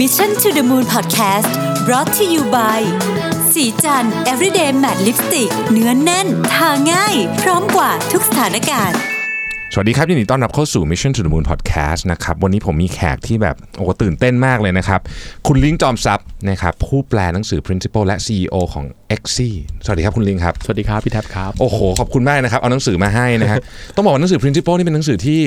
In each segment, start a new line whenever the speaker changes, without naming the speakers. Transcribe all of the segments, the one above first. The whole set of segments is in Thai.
Mission to the Moon Podcast brought to you by สีจัน everyday matte lipstick เนื้อนแน่น ทาง่าย พร้อมกว่าทุกสถานการณ์
สวัสดีครับยินดีต้อนรับเข้าสู่ Mission to the Moon Podcast นะครับวันนี้ผมมีแขกที่แบบโอ้โหตื่นเต้นมากเลยนะครับ คุณลิงจอมทรัพย์นะครับผู้แปลหนังสือ Principle และ CEO ของ e x c e สวัสดีครับคุณลิงครับ
สวัสดีครับ พี่แท็บครับ
โอ้โห ขอบคุณมากนะครับ เอาหนังสือมาให้นะ ฮะ ต้องบอกว่าหนังสือ Principle นี่เป็นหนังสือที่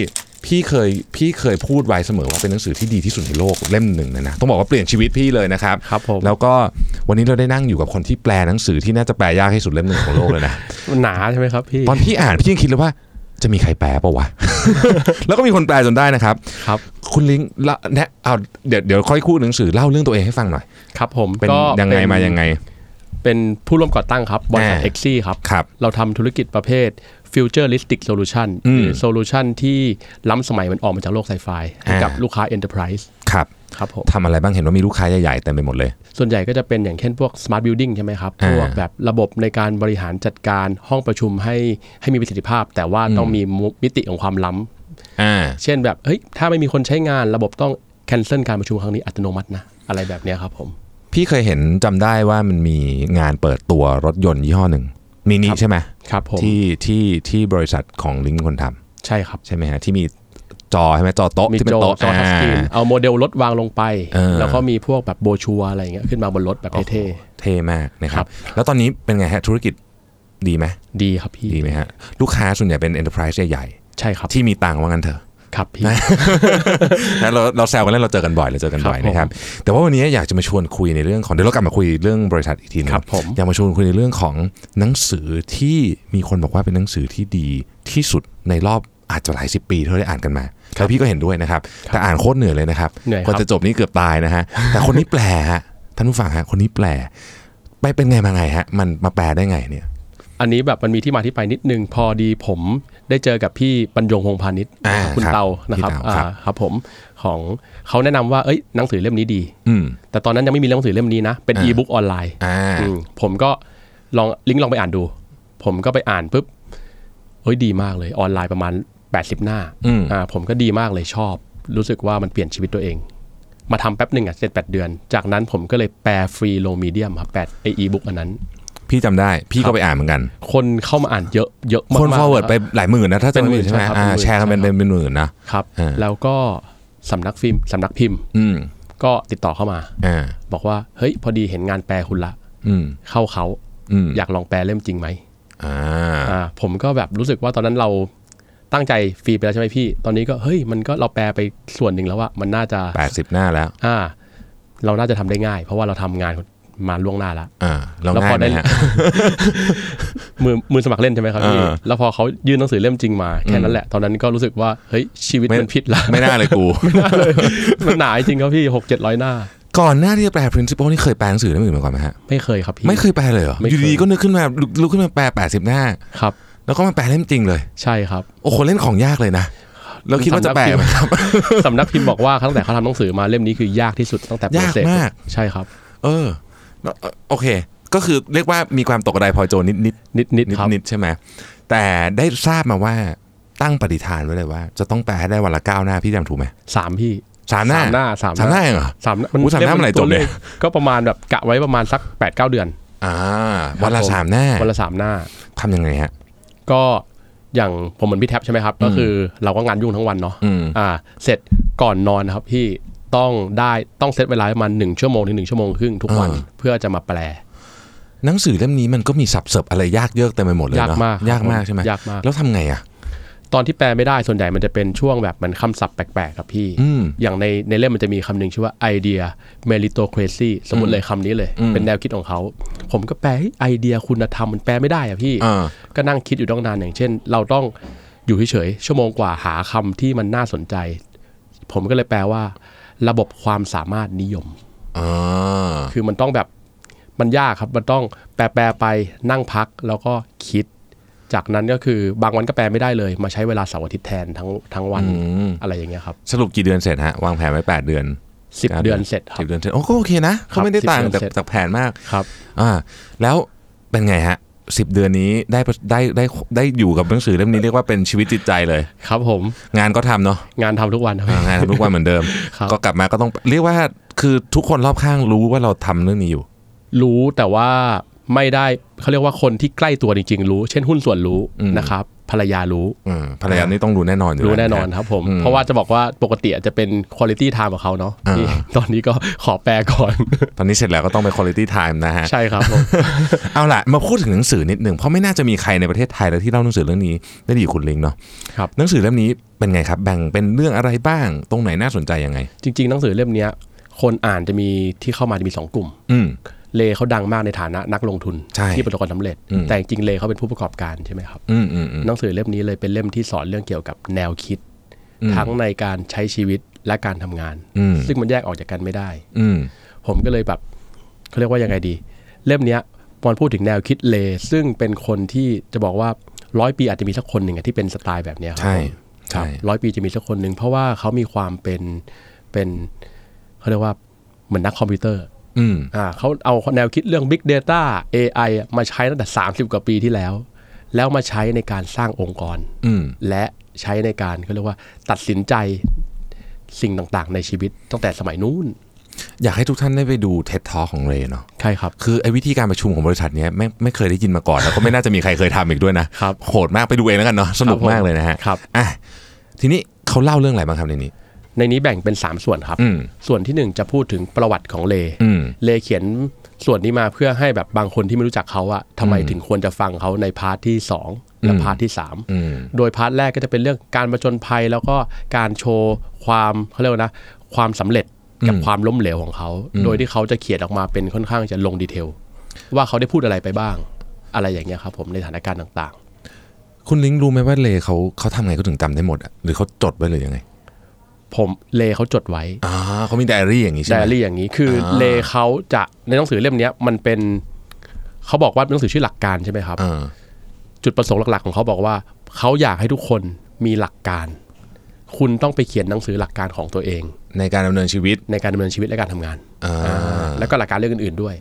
พี่เคยพี่เคยพูดไว้เสมอว่าเป็นหนังสือที่ดีที่สุดในโลกเล่มหนึ่งเลยนะ ต้องบอกว่าเปลี่ยนชีวิตพี่เลยนะครับ
ครับผม
แล้วก็วันนี้เราได้นั่งอยู่กับคนที่แปลหนังสือที่น่าจะแปลยากที่สุดเล่มหนึ่งของโลกเลยนะ
มันหนาใช่ไหมครับพี่
ตอนพี่อ่านพี่ยังคิดเลยว่าจะมีใครแปลปะ วะ แล้วก็มีคนแปลจนได้นะครับ
ครับ
คุณลิงค์ละแนะเอาเดี๋ยวเดี๋ยวค่อยคู่หนังสือเล่าเรื่องตัวเองให้ฟังหน่อย
ครับผม
เป็น
ก็
ยังไง
เป็น
มายังไง
เป็นผู้ร่วมก่อตั้งครับบริษัท
อ่า
เอ็กซี่ครับ
ครับ
เราทำธุรกิจประเภท futuristic solution
อืม
หรือ solution ที่ล้ำสมัยมันออกมาจากโลกไซไฟให้กับ
อ่า
ลูกค้า enterprise
ครับ
ครับผม
ทำอะไรบ้างเห็นว่ามีลูกค้าใหญ่ๆเต็มไปหมดเลย
ส่วนใหญ่ก็จะเป็นอย่างเช่นพวก smart building ใช่ไหมครับ
อ่า
พวกแบบระบบในการบริหารจัดการห้องประชุมให้ให้มีประสิทธิภาพ แต่ว่าต้องมีมุมิติของความล้
อ่า
ำเช่นแบบเฮ้ยถ้าไม่มีคนใช้งานระบบต้อง cancel การประชุมครั้งนี้อัตโนมัตินะอะไรแบบเนี้ยครับผม
พี่เคยเห็นจำได้ว่ามันมีงานเปิดตัวรถยนต์ยี่ห้อหนึ่งมินิ
ครับ
ใช่ไหม
ครับผม
ที่ที่ที่บริษัทของลิงค์เป็นคนทำ
ใช่ครับ
ใช่ไหมฮะที่มีจอใช่ไหมจอโต๊ะ
มี
ที่เป็
โจ
นโต๊ะ
จอทัชสกรีน
อ่า
เอาโมเดลรถวางลงไป
เออ
แล้วก็มีพวกแบบโบชัวอะไรอย่างเงี้ยขึ้นมาบนรถแบบเท่
เท่มากนะค
ค
รั
รับ บ
แล้วตอนนี้เป็นไงฮะธุรกิจดีไหม
ๆดีครับพี่
ดีไหมฮะ ลูกค้าส่วนใหญ่เป็น enterprise ใหญ่
ใช่ครับ
ๆที่มีตังค์ว่างั้น เถอะ
ครับพี่
นะเราเราแซวกันแล้วเราเจอกันบ่อยเราเจอกันบ่อย
ครับผม
นะครับ แต่ว่าวันนี้อยากจะมาชวนคุยในเรื่องของเดี๋ยวเรากลับมาคุยเรื่องบริษัทอีกทีหนึง
ครับผม
อยากมาชวนคุยในเรื่องของหนังสือที่มีคนบอกว่าเป็นหนังสือที่ดีที่สุดในรอบอาจจะหลายสิบปีที่เราได้อ่านกันมาแล้วพี่ก็เห็นด้วยนะครับ แต่อ่านโคตรเหนื่อยเลยนะครับ
เหนื่อยครับ
กว่าจะจบนี่เกือบตายนะ ฮะ แต่คนนี้แปลฮะท่านผู้ฟังฮะคนนี้แปล ไปเป็นไงมาไงฮะ มันมาแปลได้ไงเนี่ย
อันนี้แบบมันมีที่มาที่ไปนิดนึง พอดีผมได้เจอกับพี่ปัญญงพงษ์พาณิชย์
อ่า
คุณ
ครับ
เตานะครับ
พี่เตา
อ่า
ครับ
ครับผมของเขาแนะนำว่าเอ้ยหนังสือเล่มนี้ดี
อืม
แต่ตอนนั้นยังไม่มีหนังสือเล่มนี้นะ เป็น
อ่า
อีบุ๊กออนไลน์
อ่า
อืมผมก็ลองลิงก์ลองไปอ่านดู ผมก็ไปอ่านปุ๊บเฮ้ยดีมากเลยออนไลน์ประมาณ 80 หน้า
อืม
ผมก็ดีมากเลยชอบ รู้สึกว่ามันเปลี่ยนชีวิตตัวเอง มาทำแป๊บหนึ่งอ่ะเจ็ดแปดเดือน จากนั้นผมก็เลยแปลฟรีโลมีเดียมครับแปดไออีบุ๊กอันนั้น
พี่จำได้พี่ก็ไปอ่านเหมือนกัน
คนเข้ามาอ่านเยอะเยอะมาก
คน
ๆ
forward
ะ
ไป
ครับ
หลายหมื่นนะถ้าจะ
เป็นหมื่
ไม่
น
ใช่ไหม
ใช่ครับ
อ่า
เป็นหมื่น
แชร์กันเป็น
ใช่ครับ
เป็นหมื่นนะ
ครับ
อ่า
แล้วก็สำนักฟิล์มสำนักพิมพ์
อืม
ก็ติดต่อเข้ามา
อ่า
บอกว่าเฮ้ยพอดีเห็นงานแปลคุณละ
อืม
เข้าเขา
อืม
อยากลองแปลเล่มจริงไหม
อ่า
อ่าผมก็แบบรู้สึกว่าตอนนั้นเราตั้งใจฟรีไปแล้วใช่ไหมพี่ ตอนนี้ก็เฮ้ยมันก็เราแปลไปส่วนหนึ่งแล้วว่ามันน่าจะ
แปดสิบหน้าแล้ว
อ่า เราน่าจะทำได้ง่าย เพราะว่าเราทำงานมาล่วงหน้าละ
อ่าเรา
แล้ว
ง่า
พ
ย
อ
ไหม
ได้
ฮะ
มือมือสมัครเล่นใช่ไหมครับพี่
เออ
แล้วพอเขายื่นหนังสือเล่มจริงมาแค่นั้นแหละ ตอนนั้นก็รู้สึกว่าเฮ้ยชีวิตมันผิดละ
ไม่น่า เลยกู
มันหนาจริงครับพี่หกเจ็ดร้อยหน้า
ก่อนหน้าที่จะแปล principle นี่เคยแปลหนังสือเล่มอื่นมาก่อนไหมฮะ
ไม่เคยครับพี่
ไม่เคยแปลเลยเหรอ
ไม่
อ
เคย
ยู่ดีๆก็นึกขึ้นมาลุกลุกขึ้นมาแปลแปดสิบหน้า
ครับ
แล้วก็มาแปลเล่มจริงเลย
ใช่ครับ
โอ้โหเล่นของยากเลยนะแล้วคิดว่าจะแปลไหมครับ
สำนักพิมพ์ บอกว่าตั้งแต่เขาทำหนังสือมาเล่มนี้คือยากที่สุดตั้งแต่โปรเซส
ยากมาก
ใช่ครับ
เออแล้วเอ่อโอเค ก็คือเรียกว่ามีความตกกระไดพลอยโจรนิดนิด
นิดนิด
นิด
ครับ
นิดใช่ไหมแต่ได้ทราบมาว่าตั้งปฏิฐานไว้เลยว่า จะต้องแปลให้ได้วันละเก้าหน้าพี่จำถูกไหม
สามพี่
สามหน้า
สามหน้าสามห
สามห
น้า
น้าเองเหรอ
สามหน้า
อู้สามหน้ามันไหนจบเนี่ย
ตัวลขก็ประมาณแบบกะไว้ประมาณสัก8ปดเก้าเดือน
อ่าวันละ
ครับผม
สามหน้า
วันละสามหน้า
ทำยังไงฮะ
ก็อย่างผมเหมือนพี่แท็บใช่ไหมครับ ก็คือเราก็งานยุ่งทั้งวันเนาะ
อืม
อ่า เสร็จก่อนนอนนะครับพี่ต้องได้ต้องเซตเวลาประมาณหนึ่งชั่วโมงถึงหนึ่งชั่วโมงครึ่งทุกวัน
อ่า
เพื่อจะมาแปล
หนังสือเล่มนี้มันก็มีสับเสิบอะไรยากเยอะเต็มไปหมดเลยเนอะ
ยากมากครับ
ยากมาก
ผม
ใช่ไหม
ยากมาก
แล้วทำไงอ่ะ
ตอนที่แปลไม่ได้ส่วนใหญ่มันจะเป็นช่วงแบบมันคำศัพท์แปลกๆครับพี่
อืม
อย่างในในเล่มมันจะมีคำหนึ่งชื่อว่า idea meritocracy สมมติเลยคำนี้เลย เป็นแนวคิดของเขา ผมก็แปลไอเดียคุณธรรมมันแปลไม่ได้อะพี่
เออ
ก็นั่งคิดอยู่ตั้งนานอย่างเช่น เราต้องอยู่เฉยๆชั่วโมงกว่าหาคำที่มันน่าสนใจ ผมก็เลยแปลว่า ระบบความสามารถนิยม
อ่า
คือมันต้องแบบมันยากครับ มันต้องแปลแปลๆไปนั่งพักแล้วก็คิด จากนั้นก็คือบางวันก็แปลไม่ได้เลย มาใช้เวลาเสาร์อาทิตย์แทนทั้งทั้งวันอะไรอย่างเงี้ยครับ
สรุปกี่เดือนเสร็จฮะ วางแผนไว้ 8 เดือน
สิบเดือนเสร็จครั
สิ
บ
บเดือนเสร็จโอ้ก็โอเคนะ
ครั
เขา
บ
ไม่ได้
สิบ
ต่าง
เดือน
จาก
เสร็จ
จากแผนมาก
ครับ
อ่าแล้วเป็นไงฮะสิบเดือนนี้ได้ได้ได้ได้อยู่กับหนังสือเล่มนี้เรียกว่าเป็นชีวิตจิตใจเลย
ครับผม
งานก็ทำเนาะ
งานทำทุกวันครับ
อ่างานทำทุกวันเหมือนเดิม
ครับ
ก็กลับมาก็ต้องเรียกว่า คือทุกคนรอบข้างรู้ว่าเราทำเรื่องนี้อยู่
รู้แต่ว่าไม่ได้เขาเรียกว่าคนที่ใกล้ตัวจริง ๆ รู้ เช่นหุ้นส่วนรู้
อืม
นะครับภรรยารู้
เออภรรยานี่ต้องรู้แน่นอนอยู่
รู้
ล้ว
แน่นอนะ ครับผม
อืม
เพราะว่าจะบอกว่าปกติอาจจะเป็นคุณ i t y time ของเขาเนาะ
อ่า
ที่ตอนนี้ก็ ขอแปลก่อน
ตอนนี้เสร็จแล้วก็ต้องไป quality time นะฮะ
ใช่ครับผม
เอาล่ะ มาพูดถึงหนังสือนิดหนึ่งเพราะไม่น่าจะมีใครในประเทศไทยแล้วที่เล่าหนังสือเรื่องนี้ได้ดีกว่าคุณลิงเนาะ
ครับ
หนังสือเล่มนี้เป็นไงครับ แบ่งเป็นเรื่องอะไรบ้าง ตรงไหนน่าสนใจยังไง
จริง ๆ หนังสือเล่มเนี้ย คนอ่านจะมีที่เข้ามาจะมีสองกลุ่ม
อืม
เลเขาดังมากในฐานะนักลงทุน
ใช่
ที่ประสบความสำเร็จ
อืม
แต่จริงๆเลเขาเป็นผู้ประกอบการใช่ไหมครับ
อืมอืมอืม
หนังสือเล่มนี้เลยเป็นเล่มที่สอนเรื่องเกี่ยวกับแนวคิด
อืม
ทั้งในการใช้ชีวิตและการทำงาน
อืม
ซึ่งมันแยกออกจากกันไม่ได้
อืม
ผมก็เลยแบบเขาเรียกว่ายังไงดี เล่มเนี้ยมันพูดถึงแนวคิดเล ซึ่งเป็นคนที่จะบอกว่าร้อยปีอาจจะมีสักคนหนึ่งอะที่เป็นสไตล์แบบเนี้ยครั
ใช่
ผม
ใช่
ร้อยปีจะมีสักคนหนึ่งเพราะว่าเขามีความเป็นเป็นเขาเรียกว่าเหมือนนักคอมพิวเตอร์
อืม
อ่าเขาเอาแนวคิดเรื่อง Big Data AI อะมาใช้ตั้งแต่ 30 กว่าปีที่แล้ว แล้วมาใช้ในการสร้างองค์กร
อืม
และใช้ในการเขาเรียกว่าตัดสินใจสิ่งต่างๆ ในชีวิตตั้งแต่สมัยนู้น
อยากให้ทุกท่านได้ไปดูเท็ดทอของเรเนาะ
ใช่ครับ
คือไอ้วิธีการประชุมของบริษัทเนี้ยไม่ไม่เคยได้ยินมาก่อนแล้วก็ไม่น่าจะมีใครเคยทำอีกด้วยนะครับ โหดมากไปดูเองแล้วกันเนาะสนุกมากเลยนะฮะ
ครับ
อ่ะทีนี้เขาเล่าเรื่องอะไรบ้างครับในนี้
ในนี้แบ่งเป็น 3 ส่วนครับ
อืม
ส่วนทีหนึ่1 จะพูดถึงประวัติของเล
อืม
เลเขียนส่วนนี้มาเพื่อให้แบบบางคนที่ไม่รู้จักเขาอะทำไมถึงควรจะฟังเขาในพาร์ทที่ 2 และพาร์ทที่
อืม
3 โดยพาร์ทแรกก็จะเป็นเรื่องการประจนภัยแล้วก็การโชว์ความเขาเรียกว่านะความสำเร็จกับความล้มเหลวของเขา โดยที่เขาจะเขียนออกมาเป็นค่อนข้างจะลงดีเทล ว่าเขาได้พูดอะไรไปบ้าง อะไรอย่างเงี้ยครับผมในสถานการณ์ต่าง ๆ
คุณลิงรู้ไหมว่าเลเขาเขาทำไงเขาถึงจำได้หมดอะหรือเขาจดไว้เลยยังไง
ผมเลเขาจดไว้
อ่าเขามีไดอารี่อย่างนี้ใช่
ได
ไหม
อารี่อย่างนี้คืออาเลเขาจะในหนังสือเล่มเนี้ยมันเป็นเขาบอกว่าเป็นหนังสือชื่อหลักการใช่ไหมครับ
า
จุดประสงค์หลักๆ ของเขาบอกว่า เขาอยากให้ทุกคนมีหลักการ คุณต้องไปเขียนหนังสือหลักการของตัวเอง
ในการดำเนินชีวิต
ในการดำเนินชีวิตและการทำงาน
อ่า
แล้วก็หลักการเรื่องอื่นๆด้วย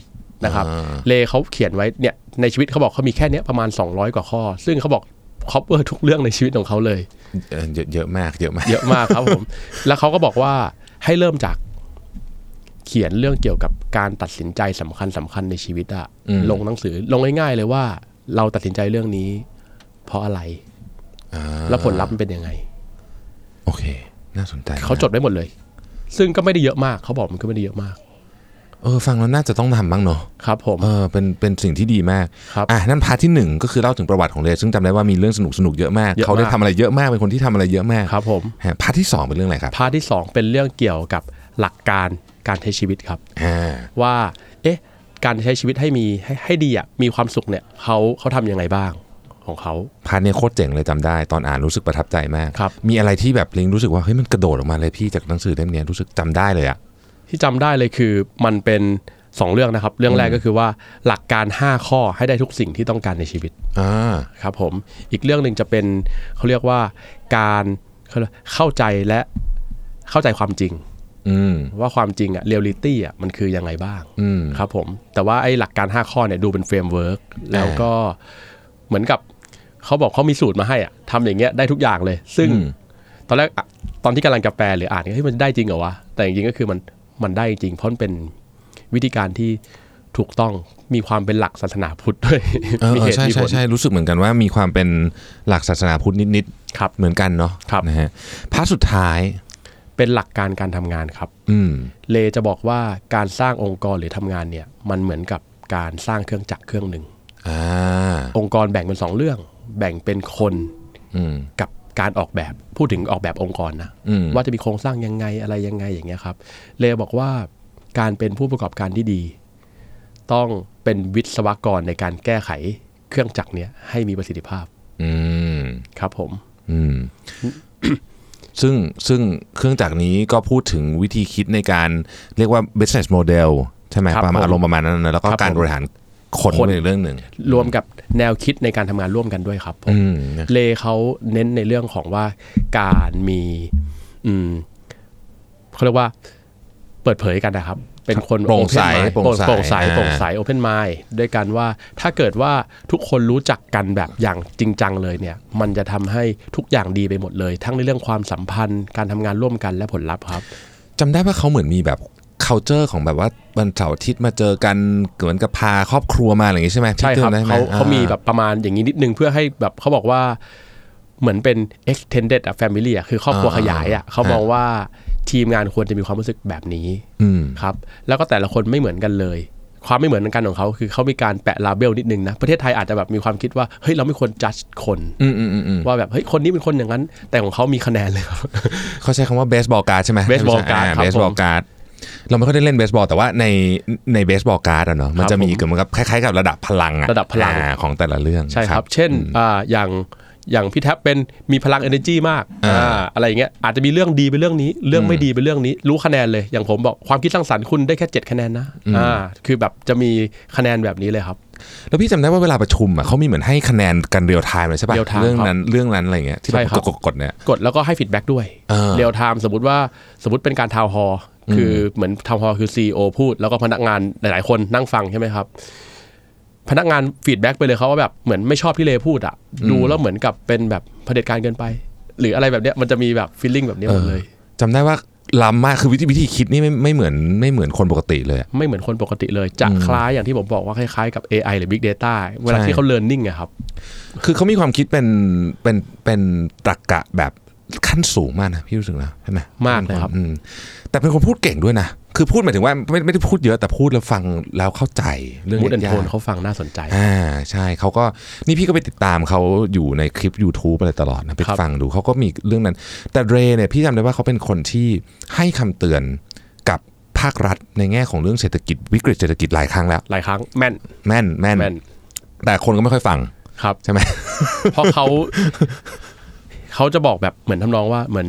นะครับ
อ่า
เลเขาเขียนไว้เนี่ยในชีวิตเขาบอกเขามีแค่เนี้ยประมาณ 200 กว่าข้อ ซึ่งเขาบอกครอบเวอร์ทุกเรื่องในชีวิตของเขาเลย
เอ่อเยอะเยอะมากเยอะมาก
เยอะมากครับผม แล้วเขาก็บอกว่าให้เริ่มจากเขียนเรื่องเกี่ยวกับการตัดสินใจสำคัญสำคัญในชีวิตอะลงหนังสือลงง่ายๆเลยว่า เราตัดสินใจเรื่องนี้ เพราะอะไร
อ่า
แล้วผลลัพธ์มันเป็นยังไง
โอเค น่าสนใจนะ
เขาจดไว้หมดเลย ซึ่งก็ไม่ได้เยอะมาก เขาบอกมันก็ไม่ได้เยอะมาก
เออฟังแล้วน่าจะต้องทำบ้างเนาะ
ครับผม
เออเป็นเป็นสิ่งที่ดีมาก
ครับ
อ่ะนั่นพาร์ทที่หนึ่งก็คือเล่าถึงประวัติของเลซึ่งจำได้ว่ามีเรื่องสนุกสนุกๆเยอะมาก
เยอะมาก
เขาได้ทำอะไรเยอะมากเป็นคนที่ทำอะไรเยอะมาก
ครับผม
ฮะพาร์ทที่สองเป็นเรื่องอะไรครับ
พาร์ทที่ 2 เป็นเรื่องเกี่ยวกับหลักการการใช้ชีวิตครับ
อ่า
ว่า เอ๊ะ การใช้ชีวิตให้มีให้ให้ดีอะมีความสุขเนี่ยเขาเขาทำยังไงบ้างของเขา
พาร์ทเนี้ยโคตรเจ๋งเลยจำได้ ตอนอ่านรู้สึกประทับใจมาก
ครับ
มีอะไรที่แบบลิงรู้สึกว่าเฮ้ยมันกระโดดออกมาเลยพี่จากหนังสือเล่มเนี้ยรู้สึกจำได้เลยอะ
ที่จำได้เลยคือมันเป็นสองเรื่องนะครับ เรื่องแรกก็คือว่าหลักการ 5 ข้อให้ได้ทุกสิ่งที่ต้องการในชีวิต
อ่า
ครับผมอีกเรื่องหนึ่งจะเป็นเขาเรียกว่าการเขาเรียกเข้าใจและเข้าใจความจริง
อืม
ว่าความจริงอะเรียลลิตี้อะมันคือยังไงบ้าง
อืม
ครับผมแต่ว่าไอ้หลักการ 5 ข้อเนี่ยดูเป็นเฟรมเวิร์กแล้วก็เหมือนกับเขาบอกเขามีสูตรมาให้อะทำอย่างเงี้ยได้ทุกอย่างเลย ซึ่งตอนแรกอะตอนที่กำลังจะแปลหรืออ่านเนี่ยเฮ้ยมันได้จริงเหรอวะแต่จริงๆก็คือมันมันได้จริงเพราะมันเป็น วิธีการที่ถูกต้องมีความเป็นหลักศาสนาพุทธด้วย
เออ
มี
เอ
เห
อ
ตุ
ใช่
มีผ
ใช่
ล
ใช่รู้สึกเหมือนกันว่ามีความเป็นหลักศาสนาพุทธนิดๆ
ครับ
เหมือนกันเนาะ
ครับ
นะฮะพาร์ทสุดท้าย
เป็นหลักการการทำงานครับ
อืม
เลจะบอกว่าการสร้างองค์กรหรือทำงานเนี่ย มันเหมือนกับการสร้างเครื่องจักรเครื่องหนึ่ง
อ่า
องค์กรแบ่งเป็นสองเรื่อง แบ่งเป็นคน
อืม
กับการออกแบบพูดถึงออกแบบองค์กรนะ
อืม
ว่าจะมีโครงสร้างยังไงอะไรยังไงอย่างเงี้ยครับเลบอกว่าการเป็นผู้ประกอบการที่ดี ต้องเป็นวิศวกรในการแก้ไขเครื่องจักรเนี่ยให้มีประสิทธิภาพ
อืม
ครับผม
อืม ซึ่งซึ่งเครื่องจักรนี้ก็พูดถึงวิธีคิดในการเรียกว่า business model ใช่ไหม
ครับ
ประมาณ
ผม
อารมณ์ประมาณนั้นนะแล้วก็
ครับ
การ
ผม
บริหารคน
คน
เป็นอีกเรื่องหนึ่ง
รวมกับแนวคิดในการทำงานร่วมกันด้วยครับผม
อืมนะ
เลเขาเน้นในเรื่องของว่าการมีอืมเขาเรียกว่าเปิดเผยกันนะครับ เป็นคน
โปร่งใส
open mind โปร่งใสโปร่งใสโปร่งใสโอเพนไมล์ด้วยกันว่าถ้าเกิดว่าทุกคนรู้จักกันแบบอย่างจริงจังเลยเนี่ย มันจะทำให้ทุกอย่างดีไปหมดเลย ทั้งในเรื่องความสัมพันธ์ การทำงานร่วมกันและผลลัพธ์ครับ
จำได้ว่าเขาเหมือนมีแบบ culture ของแบบว่าวันเสาร์อาทิตย์มาเจอกันเหมือนกับพาครอบครัวมาอะไรอย่างงี้ใช่ไหม
ใช่ครั
พี่ตือ
บ
นได้ไห
เขา
อ่
เขามีแบบประมาณอย่างนี้นิดนึงเพื่อให้แบบเขาบอกว่าเหมือนเป็น extended อะ family อะคือครอบครัวขยายอะเขามองว่าทีมงานควรจะมีความรู้สึกแบบนี้
อืม
ครับ แล้วก็แต่ละคนไม่เหมือนกันเลย ความไม่เหมือนกันของเขาคือเขามีการแปะลาเบลนิดนึงนะประเทศไทยอาจจะแบบมีความคิดว่าเฮ้ยเราไม่ควรจัดคน
อืมอืมอืมอืม
ว่าแบบเฮ้ยคนนี้เป็นคนอย่างนั้น แต่ของเขามีคะแนนเลยครับ
เขาใช้คำว่าเบสบอลการ์ดใช่ไหม
baseball card ครับ
เบสบอล
ผม
การ์ดเราไม่ค่อยได้เล่นเบสบอลแต่ว่าในในเบสบอลการ์ดอะเนาะมันจะมี
ผม
เกี่ยวกับคล้ายๆกับระดับพลังอะ
ระดับพลัง
อ่าของแต่ละเรื่อง
ใช่ครับ เช่นอ่าอย่างอย่างพี่แท็บเป็นมีพลัง energy มาก
อ่า
าอะไรอย่างเงี้ยอาจจะมีเรื่องดีเป็นเรื่องนี้ เรื่องไม่ดีเป็นเรื่องนี้ รู้คะแนนเลย อย่างผมบอกความคิดสร้างสรรค์คุณได้แค่7คะแนนนะอ่าคือแบบจะมีคะแนนแบบนี้เลยครับ
แล้วพี่จำได้ว่าเวลาประชุมอ่ะเขามีเหมือนให้คะแนนกันเรียลไทม์เลยใช่ป่ะ
real time
เรื่องนั้นเรื่องนั้นอะไรอย่างเงี้ยที่แบ
ใช่
บ
ครับ
กดๆๆเนี่ย
กดแล้วก็ให้ฟีดแบ็กด้วย
อ่า
เรียลไทม์สมมติว่าสมมติเป็นการทาวฮอคือเหมือนทาวฮอคือ CEO พูด แล้วก็พนักงานหลายๆ คนนั่งฟังใช่ไหมครับ พนักงานฟีดแบ็กไปเลยเขาว่าแบบเหมือนไม่ชอบที่เลพูดอะดูแล้วเหมือนกับเป็นแบบเผด็จการเกินไป หรืออะไรแบบเนี้ยมันจะมีแบบฟีลลิ่งแบบนี้หมดเลย
จำได้ว่าล้ำมากคือวิธีวิธีคิดนี่ไม่ไม่เหมือนไม่เหมือนคนปกติเลยอะ
ไม่เหมือนคนปกติเลย จะคล้ายอย่างที่ผมบอกว่าคล้ายๆกับ AI หรือ Big Data เวลา
ใช่
ที่เขา learning อะครับ
คือเขามีความคิดเป็นเป็นเป็นตรรกะแบบขั้นสูงมากนะพี่รู้สึกนะใช่ไหม
มากเลยครับ
อืมแต่เป็นคนพูดเก่งด้วยนะ คือพูดหมายถึงว่าไม่ไม่ได้พูดเยอะแต่พูดแล้วฟังแล้วเข้าใจเรื่อง
มูดแอน
ยา
โทน
กๆ
เขาฟังน่าสนใจ
อ่าใช่เขาก็นี่พี่ก็ไปติดตามเขาอยู่ในคลิป YouTube อะไรตลอดนะไป
ครับ
ฟังดูเขาก็มีเรื่องนั้น แต่เรย์เนี่ยพี่จำได้ว่าเขาเป็นคนที่ให้คำเตือนกับภาครัฐในแง่ของเรื่องเศรษฐกิจวิกฤตเศรษฐกิจหลายครั้งแล้ว
หลายครั้งแม่น
แม่นแม่น
แม่น
แต่คนก็ไม่ค่อยฟัง
ครับ
ใช่ไหม
เพราะเขา เขาจะบอกแบบเหมือนทำนองว่าเหมือน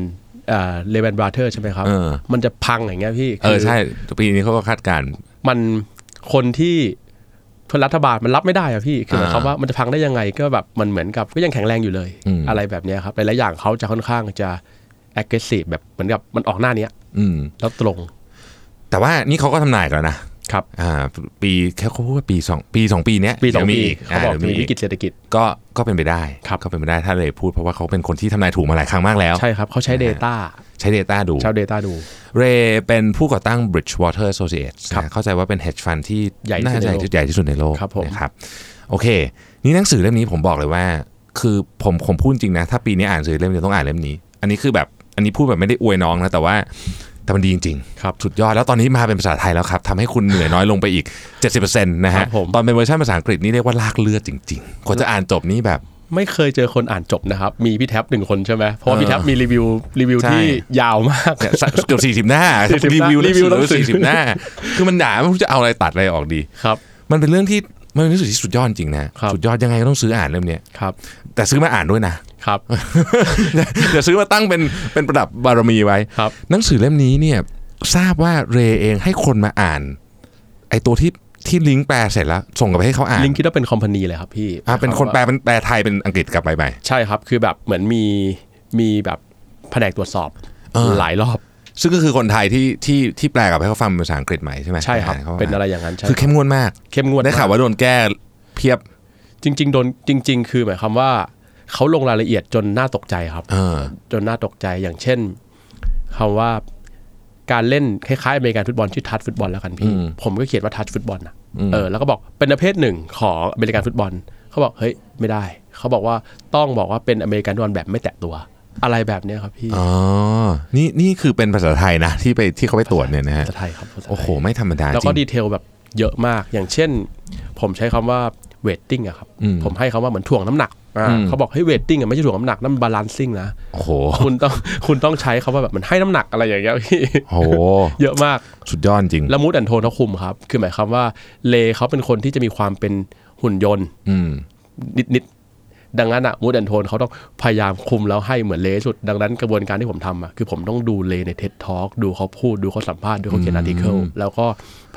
เลเวนบราเธอร์ใช่ไหมครับ
เออ
มันจะพังอย่างเงี้ยพี่
เออ
คื
ใช่ปีนี้เขาก็คาดการณ์
มันคนที่ทนรัฐบาลมันรับไม่ได้อะพี่คือหมายความว่ามันจะพังได้ยังไงก็แบบมันเหมือนกับก็ยังแข็งแรงอยู่เลย
อืม
อะไรแบบเนี้ยครับหลายๆอย่างเขาจะค่อนข้างจะ aggressive แบบเหมือนกับมันออกหน้าเนี้ย
อืม
แล้วตรง
แต่ว่านี่เขาก็ทำนายกันแล้วนะครับ อ่าปีแค่เขาพูดว่าปีสองปีสองปีเนี้ย
ปีสองปี
ดี๋ยวมีก
เขาบอก
ดี๋ย
มีวิกฤต
ก
เศรษฐกิจ
ก็ก็เป็นไปได้
ครับ
ก็เป็นไปได้ถ้าเลยพูดเพราะว่าเขาเป็นคนที่ทำนายถูกมาหลายครั้งมากแล้ว
ใช่ครับเขาใช้ Data
ใช้ Data ดู
ชาว Data ดู
เรย์เป็นผู้ก่อตั้ง Bridgewater Associates
ครับ
นะเข้าใจว่าเป็น hedge fund ที่
ใหญ่ที่
น่า
สุด
จะให
ในโลก
ญ่ที่สุดในโลก
ครับผม
นะครับโอเค นี่หนังสือเล่มนี้ผมบอกเลยว่า คือผมผมพูดจริงนะ ถ้าปีนี้อ่านหนังสือเล่มนี้ต้องอ่านเล่มนี้ อันนี้คือแบบอันนี้พูดแบบไม่ได้อวยน้องนะแต่ว่าแต่มันดีจริงๆ
ครับ
สุดยอดแล้วตอนนี้มาเป็นภาษาไทยแล้วครับทำให้คุณเหนื่อยน้อยลงไปอีก 70%นะ
ครั
ฮะ
บผม
ตอนเป็นเวอร์ชันภาษาอังกฤษนี่เรียกว่าลากเลือดจริงๆกว่าจะอ่านจบนี่ แบบ
ไม่เคยเจอคนอ่านจบนะครับ มีพี่แท็บหนึ่งคนใช่ไหมเพราะว่าพี่แท็บมีรีวิวรีวิว
ใช่
ที่ยาวมาก
เนี่ยเกือบสี่สิบ40 หน้า
40
รีวิว
รีวิวหนังสือ
สี่สิบหน้า คือมันหนาไม่รู้จะเอาอะไรตัดอะไรออกดี
ครับ
มันเป็นเรื่องที่มันเป็นหนังสือที่สุดยอดจริงนะ
ครับ
สุดยอดยังไงก็ต้องซื้ออ่านเล่มเนี้ย
ครับ
แต่ซื้อมาอ่านด้วยนะ
ครับ
อย่าซื้อมาตั้งเป็นเป็นประดับบารมีไว้
ครับ
หนังสือเล่มนี้เนี่ยทราบว่าเรเองให้คนมาอ่าน ไอตัวที่ที่ลิงก์แปลเสร็จแล้ว ส่งกลับไปให้เขาอ่าน
ลิงคิดว่าเป็นคอมพานีเลยครับพี่
อ่ะเป็นคนแปลเป็นแปลไทยเป็นอังกฤษกลับไปใหม่
ใช่ครับ คือแบบเหมือนมีมีแบบแผนกตรวจสอบ
เออ
หลายรอบ
ซึ่งก็คือคนไทยที่ที่ที่แปลกลับไปให้เขาฟังเป็นภาษาอังกฤษใหม่ใช่ไหม
ใช่ครับ
ให้ขา
เป็นอะไรอย่างนั้นใช่
คือเข้มงวดมาก
เข้มงวด
ได้ข่าว
มก
ว่าโดนแก้เพียบ
จริง ๆโดนจริง ๆ คือหมายความว่าเขาลงรายละเอียดจนน่าตกใจครับ
เออ
จนน่าตกใจอย่างเช่นคำว่าการเล่นคล้ายๆอเมริกันฟุตบอลชื่อทัชฟุตบอลแล้วกันพี่ ผมก็เขียนว่าทัชฟุตบอลนะเออแล้วก็บอกเป็นประเภทหนึ่งของอเมริกันฟุตบอลเขาบอกเฮ้ยไม่ได้ เขาบอกว่าต้องบอกว่าเป็นอเมริกันฟุตบอลแบบไม่แตะตัว อะไรแบบเนี้ยครับพี่
อ๋อ นี่นี่คือเป็นภาษาไทยนะ ที่ไปที่เขาไปตรวจเนี่ยนะฮะ
ภาษาไทยครับภาษาไทย
โอ้โห ไม่ธรรมดาจ
แล้ว
ริ
ก็ดี
ง
เทลแบบเยอะมาก อย่างเช่น ผมใช้คำว่าเวทติ้งอะครับผมให้คำว่าเหมือนถ่วงน้ำหนักอ่าเขาบอกให้เวทติ้งอะไม่ใช่ถ่วงน้ำหนักนั่นบาลานซิ่งนะ
โอ้โห
คุณต้อง คุณต้องใช้คำว่าแบบมันให้น้ำหนักอะไรอย่างเงี้ยพี่
โอ้โห
เยอะมาก
สุดยอดจริง
แล้วมูดแอนโทนเขาคุมครับ คือหมายความว่าเลเขาเป็นคนที่จะมีความเป็นหุ่นยนต์
อืม
นิดนิดๆดังนั้นอะมูดแอนโทนเขาต้องพยายามคุมแล้วให้เหมือนเลที่สุด ดังนั้นกระบวนการที่ผมทำอะคือผมต้องดูเลในเท็ดทอ k ดูเขาพูดดูเขาสัมภาษณ์ดูเขาเขียนอาร์ติเคิลแล้วก็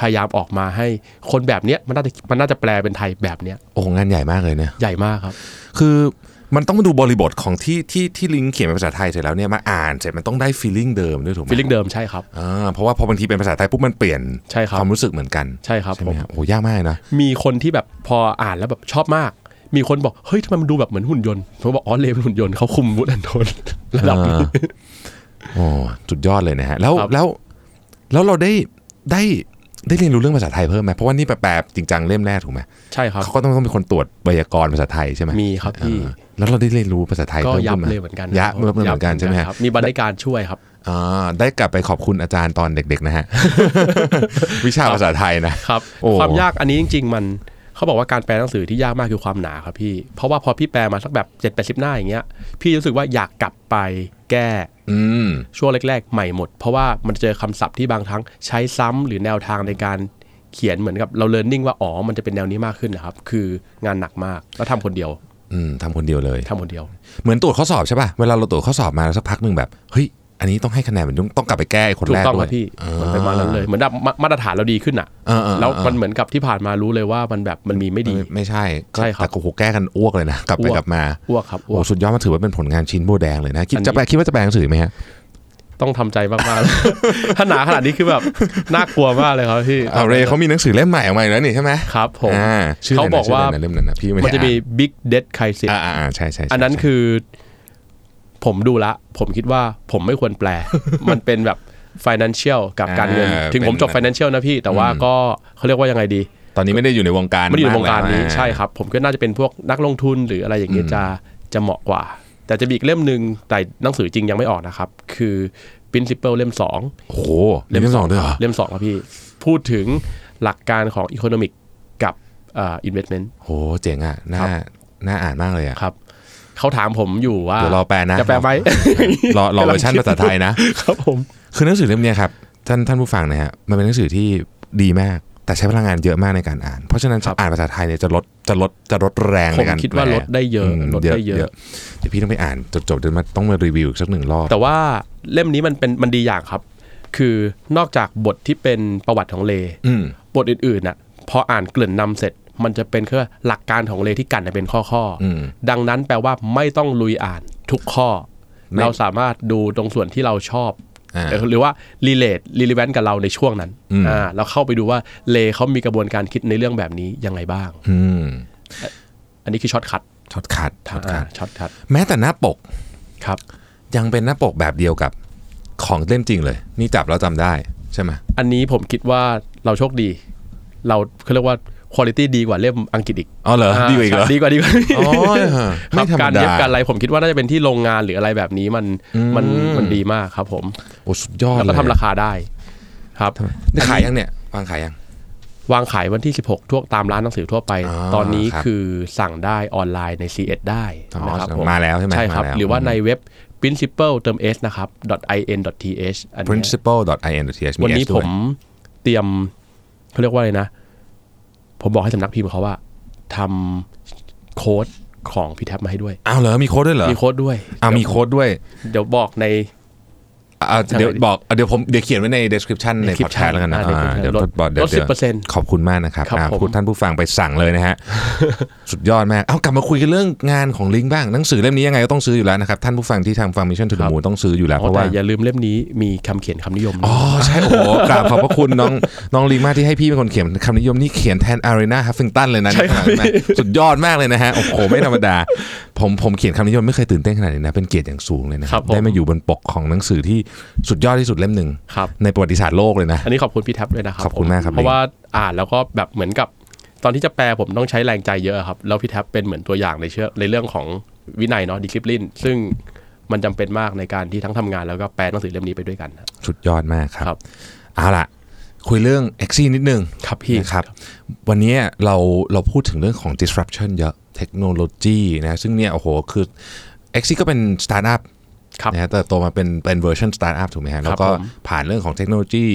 พยายามออกมาให้คนแบบเนี้ยมันน่าจะมันน่าจะแปลเป็นไทยแบบเนี้ย
โอ้โหงานใหญ่มากเลยเนี่ย
ใหญ่มากครับ
คือมันต้องมาดูบริบทของที่ที่ที่ลิงก์เขียนเป็นภาษาไทยเสร็จแล้วเนี่ยมาอ่านเสร็จมันต้องได้ฟีลลิ่งเดิมด้วยถูกไหม
ฟีลลิ่งเดิมใช่ครับ
อ่า เพราะว่าพอบางทีเป็นภาษาไทยปุ๊บมันเปลี่ยน
ใช่ครับ
วามรู้สึกเหมือนกัน
ใช่ครับ
ใช่
ผ
ไหม
ม
ฮะโอ้โหยากมากเลยนะ
มีคนที่แบบพออ่านแล้วแบบชอบมาก มีคนบอกเฮ้ยทำไมมันดูแบบเหมือนหุ่นยนต์ผมบอกอ๋อเลเป็นหุ่นยนต์เขาคุมมูดแอนโทนระดับนี้
โอ้สุดยอดเลยนะฮะ แล้ว
ครับ
แล้วแล้วเราได้ ได้ได้เรียนรู้เรื่องภาษาไทยเพิ่มไหมเพราะว่านี่แปลจริงจังเล่มแรกถูกไหม
ใช่ครับ
เขาก็ต้องต้องมีคนตรวจไวยากรณ์ภาษาไทยใช่ไหม
มีครับพี่
เออแล้วเราได้เรียนรู้ภาษาไทย
ก็
เพิ่ม
ยับ
ขึ้นไหม
เลยเหมือนกัน
ยับเพิ่มเหมือนกันใช่ไหมฮะ
ครับมีบรรณาการช่วยครับ
อ่าได้กลับไปขอบคุณอาจารย์ตอนเด็กๆนะฮะ วิชาภาษาไทยนะ
ครับ
โอ้
ความยากอันนี้จริง ๆ มันเขาบอกว่าการแปลหนังสือที่ยากมากคือความหนาครับพี่ เพราะว่าพอพี่แปลมาสักแบบ7จ็ดแปดสิบหน้าอย่างเงี้ยพี่รู้สึกว่าอยากกลับไปแก้
อืม
ช่วงแรก ๆ ใหม่หมด เพราะว่ามันเจอคำศัพท์ที่บางครั้งใช้ซ้ำหรือแนวทางในการเขียนเหมือนกับเราเรียนรู้ว่าอ๋อมันจะเป็นแนวนี้มากขึ้นนะครับ คืองานหนักมากแล้วทำคนเดียว
อืมทำคนเดียวเลย
ทำคนเดียว
เหมือนตรวจข้อสอบใช่ป่ะ เวลาเราตรวจข้อสอบมาแล้วสักพักหนึ่งแบบ เฮ้ย อันนี้ต้องให้คะแนนเหมือนต้องกลับไปแก้ไอ้คน
ถู
แร
ก
ก
ต้อง
ด้
คว รั
ย
บพี่มันเป็นมานั้นเลย เหมือนแบบมามาตรฐานเราดีขึ้นอ่ะ
เออเออเออ
แล้วมันเหมือนกับที่ผ่านมารู้เลยว่ามันแบบมันมีไม่ดี
ไม่ไม่ใช่ก็
ใช่ครับ
แต่โอ้โหแก้กันอ้วกเลยนะ กลับไป
อ้วก
กลับมา
อ้วกครับอ้
โอ้
วก
สุดยอดมันถือว่าเป็นผลงานชิ้นโบแดงเลยนะคิด
อันนี้
จะแปลคิดว่าจะแปลหนังสือไหมฮะ
ต้องทำใจมากๆ ถ้าหนาขนาดนี้คือแบบ น่ากลัวมากเลยครับพี่
เอาเรย์เขามีหนังสือเล่มใหม่ออกมาอีกแล้วนี่ใช่ไหม
ครับผม
อ่าชื่ออะไร
เขา
นะ
บอกว่า
ชื่ะไรนะเล่มนั้นนะพี่ไม่ได้
มันจะมี Big Dead Crisis
อ่านอ่าอ่าใช่ใช่ใช่
อันนั้น
ใช่
คือ ผมดูละ ผมคิดว่าผมไม่คว รแปล มันเป็นแบบ financial กับการเงิน
อ่า
ถึงผมจบ
เป็น
financial นะพี่ แต่ว่าก็เขาเรียกว่ายังไงดี
ตอนนี้ไม่ได้อยู่ในวงการ
ไม่ได้อยู่ในวงการนี้
มแล้ว
ใช่ครับ ผมก็น่าจะเป็นพวกนักลงทุนหรืออะไรอย่างเงี้ยจะจะเหมาะกว่า แต่จะมีอีกเล่มหนึ่งแต่หนังสือจริงยังไม่ออกนะครับ คือ principle เล่มสอง
โอ้โหเล่มที่สองด้วยเหรอ
เล่มสองครับพี่ พูดถึงหลักการของอีโคโนมิกกับเอินเวสเมนต์
โหเจ๋งอ่ะน่า
ครับ
น่าอ่านมากเลยอ่ะ
ครับ เขาถามผมอยู่ว่า
เดี๋ยวรอแปลนะ
จะแปลไหม
รอรอเว
กำลั
องร์
คิด
ชันภาษาไทยนะ
ครับผม
คือหนังสือเล่มเนี้ยครับท่านท่านผู้ฟังนะฮะมันเป็นหนังสือที่ดีมาก แต่ใช้พลังงานเยอะมากในการอ่าน เพราะฉะนั้น
ครั
จะ
บ
อ่านภาษาไทยเนี่ยจะลดจะลดจะลดแรงในการ
ผมคิดว่า
แป
ลดได้เยอะ
ม
ลดได้เยอะ
เดี๋ยวพี่ต้องไปอ่านจบๆเดี๋ยวมาต้องมารีวิวอีกสักหนึ่งรอบ
แต่ว่าเล่มนี้มันเป็นมันดีอย่างครับ คือนอกจากบทที่เป็นประวัติของเล
อืม
บทอื่นๆน่ะพออ่านเกริ่นนำเสร็จ มันจะเป็นแค่หลักการของเลที่กันเป็นข้อ
อืม
ๆดังนั้นแปลว่าไม่ต้องลุยอ่านทุกข้อ
ไม่
เราสามารถดูตรงส่วนที่เราชอบ
อ่า
เอ่อหรือว่า relate relevant กับเราในช่วงนั้น
อืม
อ่าเราเข้าไปดูว่าเลเขามีกระบวนการคิดในเรื่องแบบนี้ยังไงบ้าง
อืม
อันนี้คือช็อตคัด
ช็อตคัดช็อต
อ่า
คัด
ช็อตคัด
แม้แต่หน้าปก
ครับ
ยังเป็นหน้าปกแบบเดียวกับของเล่มจริงเลย นี่จับแล้วจำได้ใช่ไหม
อันนี้ผมคิดว่าเราโชคดี เราเขาเรียกว่าคุณภาพดีกว่าเล่มอังกฤษอีก
อ๋อเหรอดีกว่าอีกเหรอ
ดีกว่าดีกว่า
อ๋อ
ค
ไม่
รับ
ธรรม
การ
ดา
เย็บการอะไรผมคิดว่าน่าจะเป็นที่โรงงานหรืออะไรแบบนี้มันมันมันดีมากครับผม
โอ้สุดยอด
แล้วก็
เลย
ทำราคาได้ครับ
ได้ขายยังเนี่ย วางขายยัง
วางขายวันที่ 16ทั่วตามร้านหนังสือทั่วไป
อ่า
ตอนนี้
ครับ
คือสั่งได้ออนไลน์ใน c ีเอ็ดได้นะครับผม
มาแล้วใช่ไหม
ใช่ครับ
มแล้
หรือว่าในเว็บ principle เติม s นะครับ .in.th อั
ม
นเนี้ย
principle.in.th
วันนี้
ด้ย
ผมเตรียมเขาเรียกว่าอะไรนะ ผมบอกให้สำนักพิมพ์เขาว่าทำโค้ดของพี่แท็บมาให้ด้วย
อ้าวเหรอ มีโค้ดด้วยเหรอ
มีโค้ดด้วย
อ้าวมีโค้ดด้วย
เดี๋ยวบอกใน
อ่า
ทางไหน
เดี๋ยวบอกเดี๋ยวผมเดี๋ยวเขียนไว้ใน description ใน
description
podcast แล้วกันนะ
อ่า
อ่า
description
เดี๋ยว
ลด
บอกเดี๋ยว
ลด10%
ขอบคุณมากนะครับ
ครับ
อ่า
ผม
คุณท่านผู้ฟังไปสั่งเลยนะ ฮะ สุดยอดมากเอากลับมาคุยกันเรื่องงานของลิงก์บ้างหนังสือเล่มนี้ยังไงก็ต้องซื้ออยู่แล้วนะครับ ท่านผู้ฟังที่ทางฟังมิชชั่นถึงมูต้องซื้ออยู่แล้วเพ
เพราะ
ราะ
แต่
ว่า
อย่าลืมเล่มนี้มีคำเขียนคำนิยมนะ
อ๋อใช่ โอ้โหกราบขอบพระคุณน้องน้องลิงมากที่ให้พี่เป็นคนเขียนคำนิยมนี่เขียนแทนอารีนาฮัฟฟิงตันเลยนะ
ใช่ครับ
นี่ข้างหลังนะสุดยอดมากเลยนะฮะ โอ้โห ไม่ธรรมดา ผมผมเขียนคำนิยมไม่เคยตื่นเต้นขนาดนี้นะ เป็นเกียรติอย่างสูงเลยนะค
ครั
รับบ
ผม
ได้มาอยู่บนปกของหนังสือที่สุดยอดที่สุดเล่มหนึ่ง
ครับ
ในประวัติศาสตร์โลกเลยนะ
อันนี้ขอบคุณพี่แท็บด้วยนะครับ
ขอบคุณมากครับ
เพราะว่าอ่านแล้วก็แบบเหมือนกับ ตอนที่จะแปลผมต้องใช้แรงใจเยอะครับ แล้วพี่แท็บเป็นเหมือนตัวอย่างในเชื่อในเรื่องของวินัยเนาะดิคลิปลินซึ่งมันจำเป็นมากในการที่ทั้งทำงานแล้วก็แปลหนังสือเล่มนี้ไปด้วยกันนะ
สุดยอดมากครับ
ครับ
เอาล่ะ คุยเรื่อง e x i นิดนึง
ครับพี่
นะครับวันนี้เราเราพูดถึงเรื่องของ disruption เยอะเทคโนโลยีนะซึ่งเนี่ยโอ้โหคือ e x i ก็เป็นสตาร์ทอัพ
ครับ
นะฮะเติบโตมาเป็นเป็นเวอร์ชันสตาร์ทอัพถูกไหมฮะแล้วก็
ผม
ผ่านเรื่องของเทคโนโลยี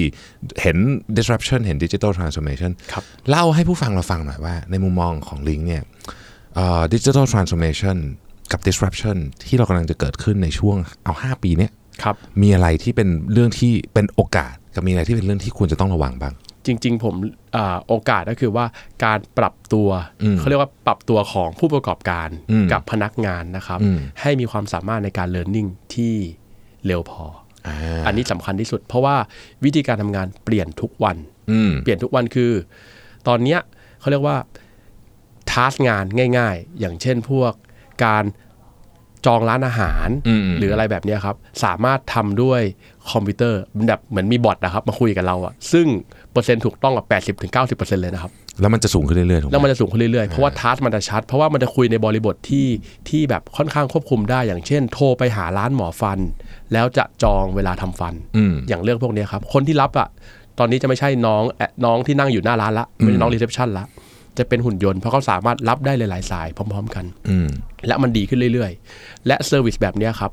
เห็น disruption เห็น digital transformation
ครับ
เล่าให้ผู้ฟังเราฟังหน่อยว่า ในมุมมองของลิงเนี่ยดิจิทัลทรานส์โอมชันกับ disruption ที่เรากำลังจะเกิดขึ้นในช่วงเอา 5 ปีเนี้ย
ครับ
มีอะไรที่เป็นเรื่องที่เป็นโอกาส กับมีอะไรที่เป็นเรื่องที่ควรจะต้องระวังบ้าง
จริง ๆ ผมอาโอกาสก็คือว่าการปรับตัว
อืม
เขาเรียกว่าปรับตัวของผู้ประกอบการ
อืม
กับพนักงานนะครับ
อืม
ให้มีความสามารถในการเรียนรู้ที่เร็วพอ
อ่า
อันนี้สำคัญที่สุด เพราะว่าวิธีการทำงานเปลี่ยนทุกวัน
อืม
เปลี่ยนทุกวันคือ ตอนเนี้ยเขาเรียกว่าทาสงานง่าย ๆ อย่างเช่นพวกการ จองร้านอาหาร
อืม
หรืออะไรแบบเนี้ยครับ สามารถทำด้วยคอมพิวเตอร์แบบเหมือนมีบอทนะครับมาคุยกับเราอะซึ่งเปอร์เซ็นต์ถูกต้องกับ 80-90%ถึง90%เลยนะครับ
แล้วมันจะสูงขึ้นเรื่อยๆถูกไหม
แล้วมันจะสูงขึ้นเรื่อยๆ เพราะว่าทัสมันจะชัด เพราะว่ามันจะคุยในบริบทที่ที่แบบค่อนข้างควบคุมได้ อย่างเช่น โทรไปหาร้านหมอฟัน แล้วจะจองเวลาทำฟัน
อืม
อย่างเรื่องพวกเนี้ยครับ คนที่รับอ่ะ ตอนนี้จะไม่ใช่น้องแอะน้องที่นั่งอยู่หน้าร้านละ ไม่ใช่น้องรีเซพชันละ จะเป็นหุ่นยนต์ เพราะเขาสามารถรับได้หลายๆ สายพร้อม ๆ กัน
อืม
และมันดีขึ้นเรื่อยๆ และเซอร์วิสแบบเนี้ยครับ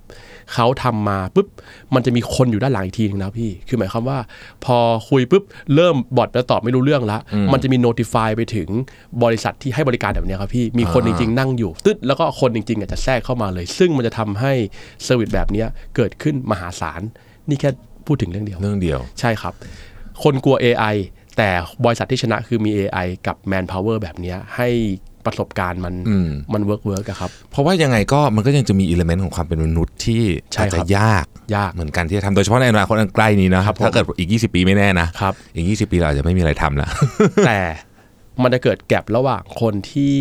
เขาทำมาปุ๊บมันจะมีคนอยู่ด้านหลังอีกทีนึงนะพี่ คือหมายความว่า พอคุยปุ๊บเริ่มบอทจะตอบไม่รู้เรื่องละ มันจะมีโน้ติฟายไปถึงบริษัทที่ให้บริการแบบเนี้ยครับพี่ มีคนจริงๆนั่งอยู่ ตึ๊ดแล้วก็คนจริงๆอาจจะแทรกเข้ามาเลย ซึ่งมันจะทำให้เซอร์วิสแบบเนี้ยเกิดขึ้นมหาศาล นี่แค่พูดถึงเรื่องเดียว
เรื่องเดียว
ใช่ครับ คนกลัว AI แต่บริษัทที่ชนะคือมี AI กับ Manpower แบบเนี้ยให้ประสบการณ์มัน
อืม
มันเวิร์กเวิร์กอะครับ
เพราะว่ายังไงก็มันก็ยังจะมีอิเลเมนต์ของความเป็นมนุษย์ที่
ใช่
อาจ
ครั
จะ
บ
ยาก
ยาก
เหมือนกันที่จะทำโดยเฉพาะในอนาคตอันใกล้นี้นะครับ
ผม
ถ้าเกิดอีก 20 ปีไม่แน่นะครับ อีก 20 ปีเราอาจจะไม่มีอะไรทำละ
แต่มันจะเกิดแกลบระหว่างคนที่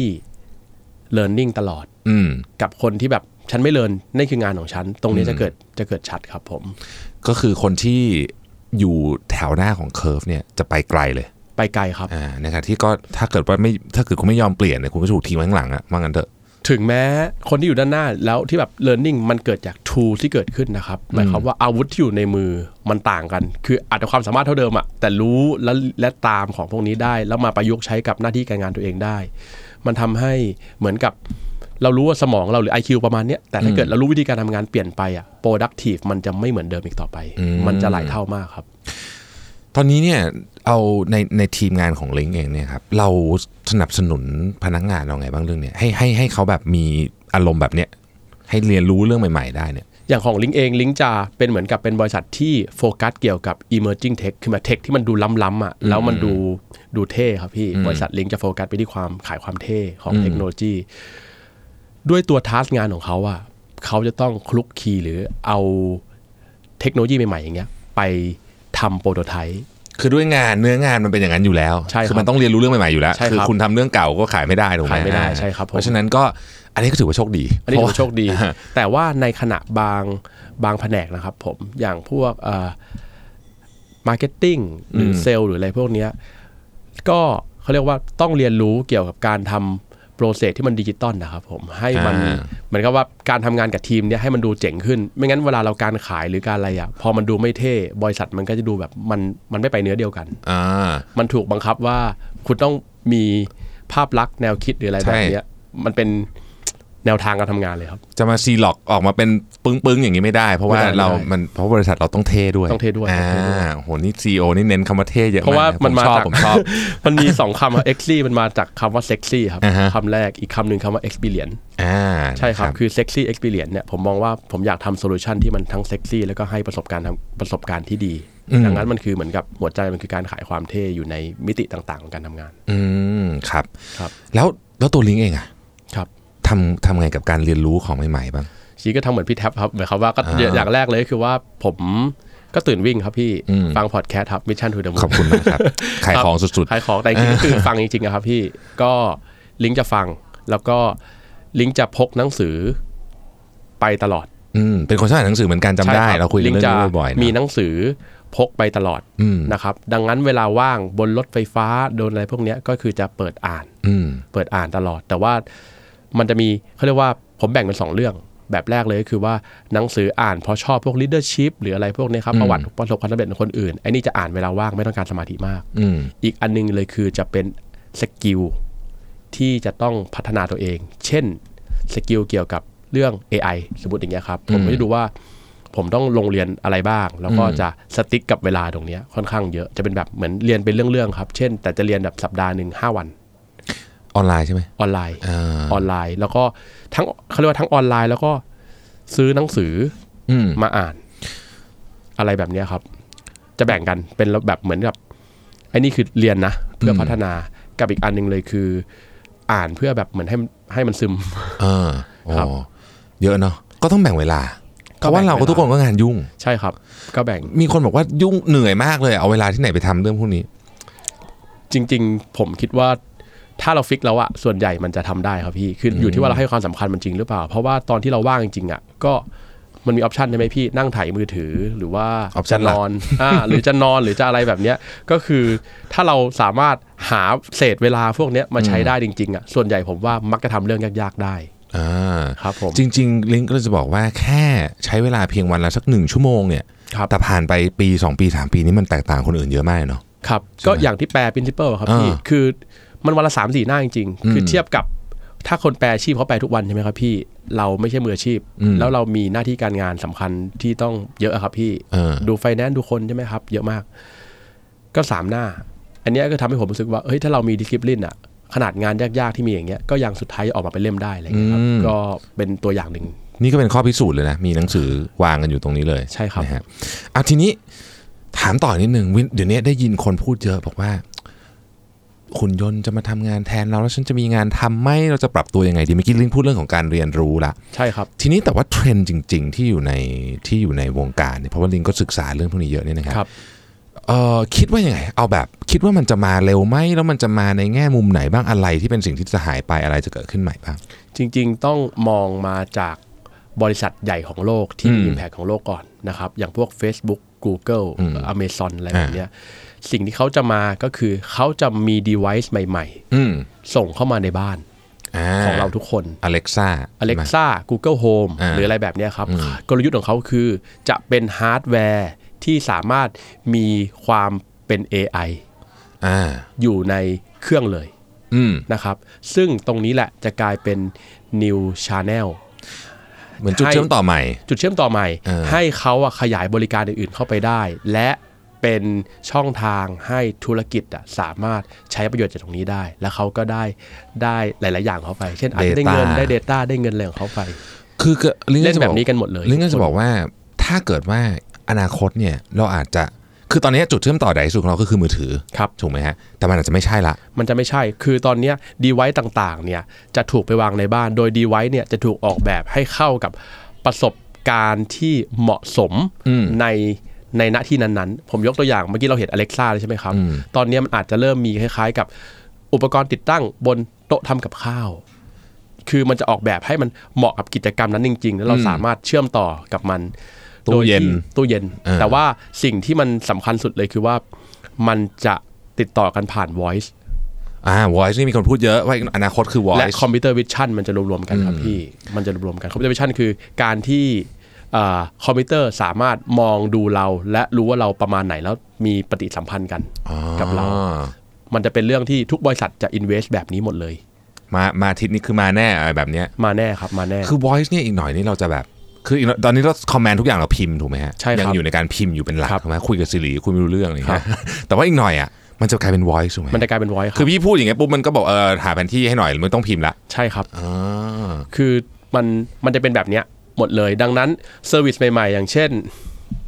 learning ตลอด
อืม
กับคนที่แบบฉันไม่เรียนนี่คืองานของฉัน ตรงนี้จะเกิดจะเกิดชัดครับผม
ก็คือคนที่อยู่แถวหน้าของเคอร์ฟเนี่ยจะไปไกลเลย
ไปไกลครับ
อ่านะครับที่ก็ถ้าเกิดว่าไม่ถ้าเกิดคุณไม่ยอมเปลี่ยนเนี่ยคุณก็จะถูกทิ้งไว้ข้างหลังอะว่างั้นเถอะ
ถึงแม้คนที่อยู่ด้านหน้าแล้วที่แบบ learning มันเกิดจาก tool ที่เกิดขึ้นนะครับหมายความว่าอาวุธที่อยู่ในมือมันต่างกัน คืออาจจะความสามารถเท่าเดิมอะแต่รู้และและตามของพวกนี้ได้ แล้วมาประยุกต์ใช้กับหน้าที่การงานตัวเองได้ มันทำให้เหมือนกับเรารู้ว่าสมองเราหรือ IQ ประมาณเนี้ยแต่ถ้าเกิดเรารู้วิธีการทำงานเปลี่ยนไปอะ productive มันจะไม่เหมือนเดิมอีกต่อไป มันจะหลายเท่ามากครับ
ตอนนี้เนี่ยเอาในในทีมงานของลิงเองเนี่ยครับเราสนับสนุนพนักงานเราไงบ้างเรื่องเนี่ยให้ให้ให้เขาแบบมีอารมณ์แบบเนี้ยให้เรียนรู้เรื่องใหม่ ๆ ได้เนี่ย
อย่างของลิงเองลิงจะเป็นเหมือนกับเป็นบริษัทที่โฟกัสเกี่ยวกับ emerging tech คือหมายเทคที่มันดูล้ำๆอ่ะแล้วมันดูดูเท่ครับพี่ บริษัทลิงจะโฟกัสไปที่ความขายความเท่ของเทคโนโลยี ด้วยตัวทัสงานของเขาอ่ะเขาจะต้องคลุกคลีหรือเอาเทคโนโลยีใหม่ๆอย่างเงี้ยไปทำโปรโตไทป์
คือด้วยงานเนื้องานมันเป็นอย่างนั้นอยู่แล้ว
ใช่ครับ
มันต้องเรียนรู้เรื่องใหม่ๆอยู่แล้ว
ใช่ครับ
คุณทำเรื่องเก่าก็ขายไม่ได้ถูกไหม
ขายไม่ได้
อ่
ใช่ครับผม
เพราะฉะนั้นก็อันนี้ก็ถือว่าโชคดี
อันนี้ถือว่าโชคดี
เพราะว่า
แต่ว่าในขณะบางบางแผนกนะครับผม อย่างพวกมาร์เก็ตติ้งหรือเซลล์หรืออะไรพวกเนี้ยก็เขาเรียกว่าต้องเรียนรู้เกี่ยวกับการทำโปรเซสที่มันดิจิตอลนะครับผม ให้มัน
อ่า
เหมือนกับว่าการทำงานกับทีมเนี่ยให้มันดูเจ๋งขึ้น ไม่งั้นเวลาเราการขายหรือการอะไรอ่ะพอมันดูไม่เท่บริษัทมันก็จะดูแบบมันมันไม่ไปเนื้อเดียวกัน
อ่า
มันถูกบังคับว่าคุณต้องมีภาพลักษณ์แนวคิดหรืออะไร
ใช่
แบบเนี้ยมันเป็นแนวทางการทำงานเลยครับ
จะมาซีล็อกออกมาเป็นปึ้งๆอย่างนี้ไม่ได้ เพราะว่า
ไม่ได้
เรา
ไม่ได้
มันเพราะบริษัทเราต้องเท่ด้วย
ต้องเท่ด้วย
อ่า
ต้องเท่ด้วย
โอ้โหนี่ซีโอนี่เน้นคำว่าเท่เยอะ
เพราะว่ามันมา
ชอบ
จาก
ผมชอบ
มันมีสองคำครับ sexy มันมาจากคำว่า sexy ครับ
อ่าฮะ
คำแรกอีกคำหนึ่งคำว่า experience
อ่า
ใช่ครับ
นะ
คือ sexy experience เนี่ยผมมองว่าผมอยากทำโซลูชันที่มันทั้ง sexy แล้วก็ให้ประสบการณ์ทางประสบการณ์ที่ดี ดังนั้นมันคือเหมือนกับหัวใจมันคือการขายความเท่อยู่ในมิติต่างๆของการทำงาน
อืมครับ
ครับ
แล้วแล้วตัวลิงก์เองอะ
ครับ
ทำทำไงกับการเรียนรู้ของใหม่ๆบ้าง
ชีก็ทำเหมือนพี่แท็บครับหมายความว่าก็อย่างแรกเลยก็คือว่าผมก็ตื่นวิ่งครับพี่ฟังพอดแคสต์ครับ Mission to the Moon
ขอบคุณมากครับ ขายของสุด
ขายของแต่จริงๆก็คือฟังจริงๆนะครับพี่ก็ลิงก์จะฟังแล้วก็ลิงก์จะพกหนังสือไปตลอด
ๆ อืมเป็นคนชอบอ่านหนังสือเหมือนกันจำได้
ใช่บ
เราคุยกัน
ลิง
เรื่อง
ก์จะ
นี้บ่อยๆนะ
มีหนังสือพกไปตลอดนะครับ ดังนั้นเวลาว่างบนรถไฟฟ้าโดนอะไรพวกเนี้ยก็คือจะเปิดอ่าน
อืม
เปิดอ่านตลอด แต่ว่ามันจะมีเขาเรียกว่าผมแบ่งเป็นสองเรื่องแบบแรกเลยก็คือว่าหนังสืออ่านเพราะชอบพวก leadership หรืออะไรพวกเนี้ยครับประวัติประสบความสำเร็จของคนอื่นไอ้นี่จะอ่านเวลาว่างไม่ต้องการสมาธิมาก
อืม
อีกอันหนึงเลยคือจะเป็นสกิลที่จะต้องพัฒนาตัวเอง เช่นสกิลเกี่ยวกับเรื่อง AI สมมติอย่างเงี้ยครับ ผมก็จะดูว่าผมต้องลงเรียนอะไรบ้าง แล้วก็จะสติ๊กกับเวลาตรงเนี้ยค่อนข้างเยอะ จะเป็นแบบเหมือนเรียนเป็นเรื่องๆครับ เช่น แต่จะเรียนแบบสัปดาห์หนึ่งห้าวัน
ออนไลน์ใช่ไหม
ออนไลน์
อ่า
ออนไลน์ แล้วก็ทั้งเขาเรียกว่าทั้งออนไลน์ แล้วก็ซื้อหนังสือ
อืม
มาอ่าน อะไรแบบเนี้ยครับ จะแบ่งกันเป็นแบบเหมือนกับไอ้นี่คือเรียนนะ เพื่อพัฒนากับอีกอันหนึงเลยคือ อ่านเพื่อแบบเหมือนให้มันให้มันซึม
เออโอ้
ครับ
เยอะเนาะก็ต้องแบ่งเวลาเพ
ก็
ราะว่า
แบ่ง
เราก็
เวลา
ทุกคนก็งานยุ่ง
ใช่ครับ ก็แบ่ง
มีคนบอกว่ายุ่งเหนื่อยมากเลย เอาเวลาที่ไหนไปทำเรื่องพวกนี้
จริง ๆ ผมคิดว่า ถ้าเราฟิกแล้วอะส่วนใหญ่มันจะทำได้ครับพี่คืออยู่ที่ว่าเราให้ความสำคัญมันจริงหรือเปล่า เพราะว่าตอนที่เราว่างจริงๆอะก็มันมีออปชันใช่ไหมพี่นั่งถ่ายมือถือหรือว่า
option หลัก
จะนอนอ่าหรือจะนอนหรือจะอะไรแบบเนี้ยก็คือถ้าเราสามารถหาเศษเวลาพวกเนี้ยมาใช้ได้จริงๆอะส่วนใหญ่ผมว่ามักจะทำเรื่องยากๆได้
อ่า
ครับผม
จริง ๆ ลิงก์ก็จะบอกว่าแค่ใช้เวลาเพียงวันละสักหนึ่งชั่วโมงเนี่ย
ครับ
แต่ผ่านไปปี 2 ปี 3 ปีนี้มันแตกต่างคนอื่นเยอะมากเลยเนาะ
ครับก็อย่างที่แปล principle อะครับพี่
อ่า
คือมันวันละสามสี่หน้าจริงๆ คือเทียบกับถ้าคนแปลอาชีพเขาแปลทุกวันใช่ไหมครับพี่ เราไม่ใช่มืออาชีพ แล้วเรามีหน้าที่การงานสำคัญที่ต้องเยอะอะครับพี่
เออ
ดูไฟแนนซ์ดูคนใช่ไหมครับ เยอะมาก ก็สามหน้า อันเนี้ยก็ทำให้ผมรู้สึกว่าเฮ้ยถ้าเรามีดิสคริปลินอะขนาดงานยากๆที่มีอย่างเงี้ยก็ยังสุดท้ายออกมาเป็นเล่มได้อะไรเงี้ยครับก็เป็นตัวอย่างหนึ่ง
นี่ก็เป็นข้อพิสูจน์เลยนะ มีหนังสือวางกันอยู่ตรงนี้เลย
ใช่ครับ
นะฮะเอาทีนี้ถามต่อนิดนึงวินเดี๋ยวนี้ได้ยินคนพูดเยอะบอกว่าหุ่นยนต์จะมาทำงานแทนเราแล้วฉันจะมีงานทำไหมเราจะปรับตัวยังไงดีเมื่อกี้ลิงพูดเรื่องของการเรียนรู้ละ
ใช่ครับ
ทีนี้แต่ว่าเทรนด์จริง ๆ ที่อยู่ในที่อยู่ในวงการเนี่ยเพราะว่าลิงก็ศึกษาเรื่องพวกนี้เยอะเนี่ยนะครับ
ครับ
เอ่อคิดว่ายังไง เอาแบบ คิดว่ามันจะมาเร็วไหมแล้วมันจะมาในแง่มุมไหนบ้างอะไรที่เป็นสิ่งที่จะหายไปอะไรจะเกิดขึ้นใหม่บ้าง
จริงๆ ต้องมองมาจากบริษัทใหญ่ของโลกที่มี impact ของโลกก่อนนะครับ อย่างพวก Facebook Google Amazon อะไรแบบเนี้ยสิ่งที่เขาจะมาก็คือเขาจะมี device ใหม่
อืม
ๆ ส่งเข้ามาในบ้านของเราทุกคน
อเล็กซ่า
Alexa Google Home
อ่า
หรืออะไรแบบเนี้ยครับ กลยุทธ์ของเขาคือจะเป็นฮาร์ดแวร์ที่สามารถมีความเป็น AI
อ่า
อยู่ในเครื่องเลย
อืม
นะครับ ซึ่งตรงนี้แหละจะกลายเป็น new channel
เหมือนจุดเชื่อมต่อใหม่
จุดเชื่อมต่อใหม่
เออ
ให้เขาอะขยายบริการอื่นๆเข้าไปได้ และเป็นช่องทางให้ธุรกิจอะสามารถใช้ประโยชน์จากตรงนี้ได้ แล้วเขาก็ได้ได้หลาย ๆ อย่างเขาไป เช่นอาจจะได้เงิน
Data
ได้ Data ได้เงินอะไรของเขาไป
คือก็ลิง
เล่น
จะอ
แบบนี้กันหมดเลย
ลิงก็
ทุ
จะ
กคน
บอกว่าถ้าเกิดว่าอนาคตเนี่ยเราอาจจะคือตอนนี้จุดเชื่อมต่อใหญ่ที่สุดของเราก็คือมือถือ
ครับ
ถูกไหมฮะแต่มันอาจจะไม่ใช่ละ
มันจะไม่ใช่ คือตอนเนี้ดีไว e ต่าง ๆ เนี่ย จะถูกไปวางในบ้าน โดยดีไว e เนี่ย จะถูกออกแบบให้เข้ากับประสบการณ์ที่เหมาะสมในในณที่นั้น ๆ ผมยกตัวอย่าง เมื่อกี้เราเห็น Alexa เลยใช่ไหมครับ ตอนเนี้ยมันอาจจะเริ่มมีคล้าย ๆ กับอุปกรณ์ติดตั้งบนโต๊ะทำกับข้าว คือมันจะออกแบบให้มันเหมาะกับกิจกรรมนั้นจริง ๆ แล้วเราสามารถเชื่อมต่อกับมัน
ตู้เย็น
โดที่ ตู้เย็น แต่ว่าสิ่งที่มันสำคัญสุดเลยคือว่ามันจะติดต่อกันผ่าน voice
อ่า voice นี่มีคนพูดเยอะว่าอนาคตคือ
และ
voice
คอมพิวเตอร์วิชั่นมันจะรวมๆกันครับพี่ มันจะรวมๆกันคอมพิวเตอร์วิชั่นคือการที่เอ่อคอมพิวเตอร์สามารถมองดูเรา และรู้ว่าเราประมาณไหนแล้วมีปฏิสัมพันธ์กันกับเรา
อ่า
มันจะเป็นเรื่องที่ทุกบริษัทจะ invest แบบนี้หมดเลย
มามาอาทิศนี้คือมาแน่อะไรแบบเนี้ย
มาแน่ครับมาแน่
คือ voice เนี่ยอีกหน่อยนี่เราจะแบบ คืออีกหน่อยตอนนี้เราคอมแมนทุกอย่างเราพิมพ์ถูกไหมฮะ
ใช่ครับ
ยัอยู่ในการพิมพ์อยู่เป็นหลัก
ครับ
ถูกไหมคุยกับสิริคุยไม่รู้เรื่องอะไรอย่างเงี้ย
ครับ
แต่ว่าอีกหน่อยอ่ะมันจะกลายเป็น voice ถูกไหม
มันจะกลายเป็น voice ค
คื
รั
อบ พี่พูดอย่างเงี้ยปุ๊บมันก็บอกเออหาแผนที่ให้หน่อยมันต้องพิมพ์ละ
ใช่ครับ
อ่า
คือมันมันจะเป็นแบบเนี้ยหมดเลย ดังนั้นเซอร์วิสใหม่ๆ อย่างเช่น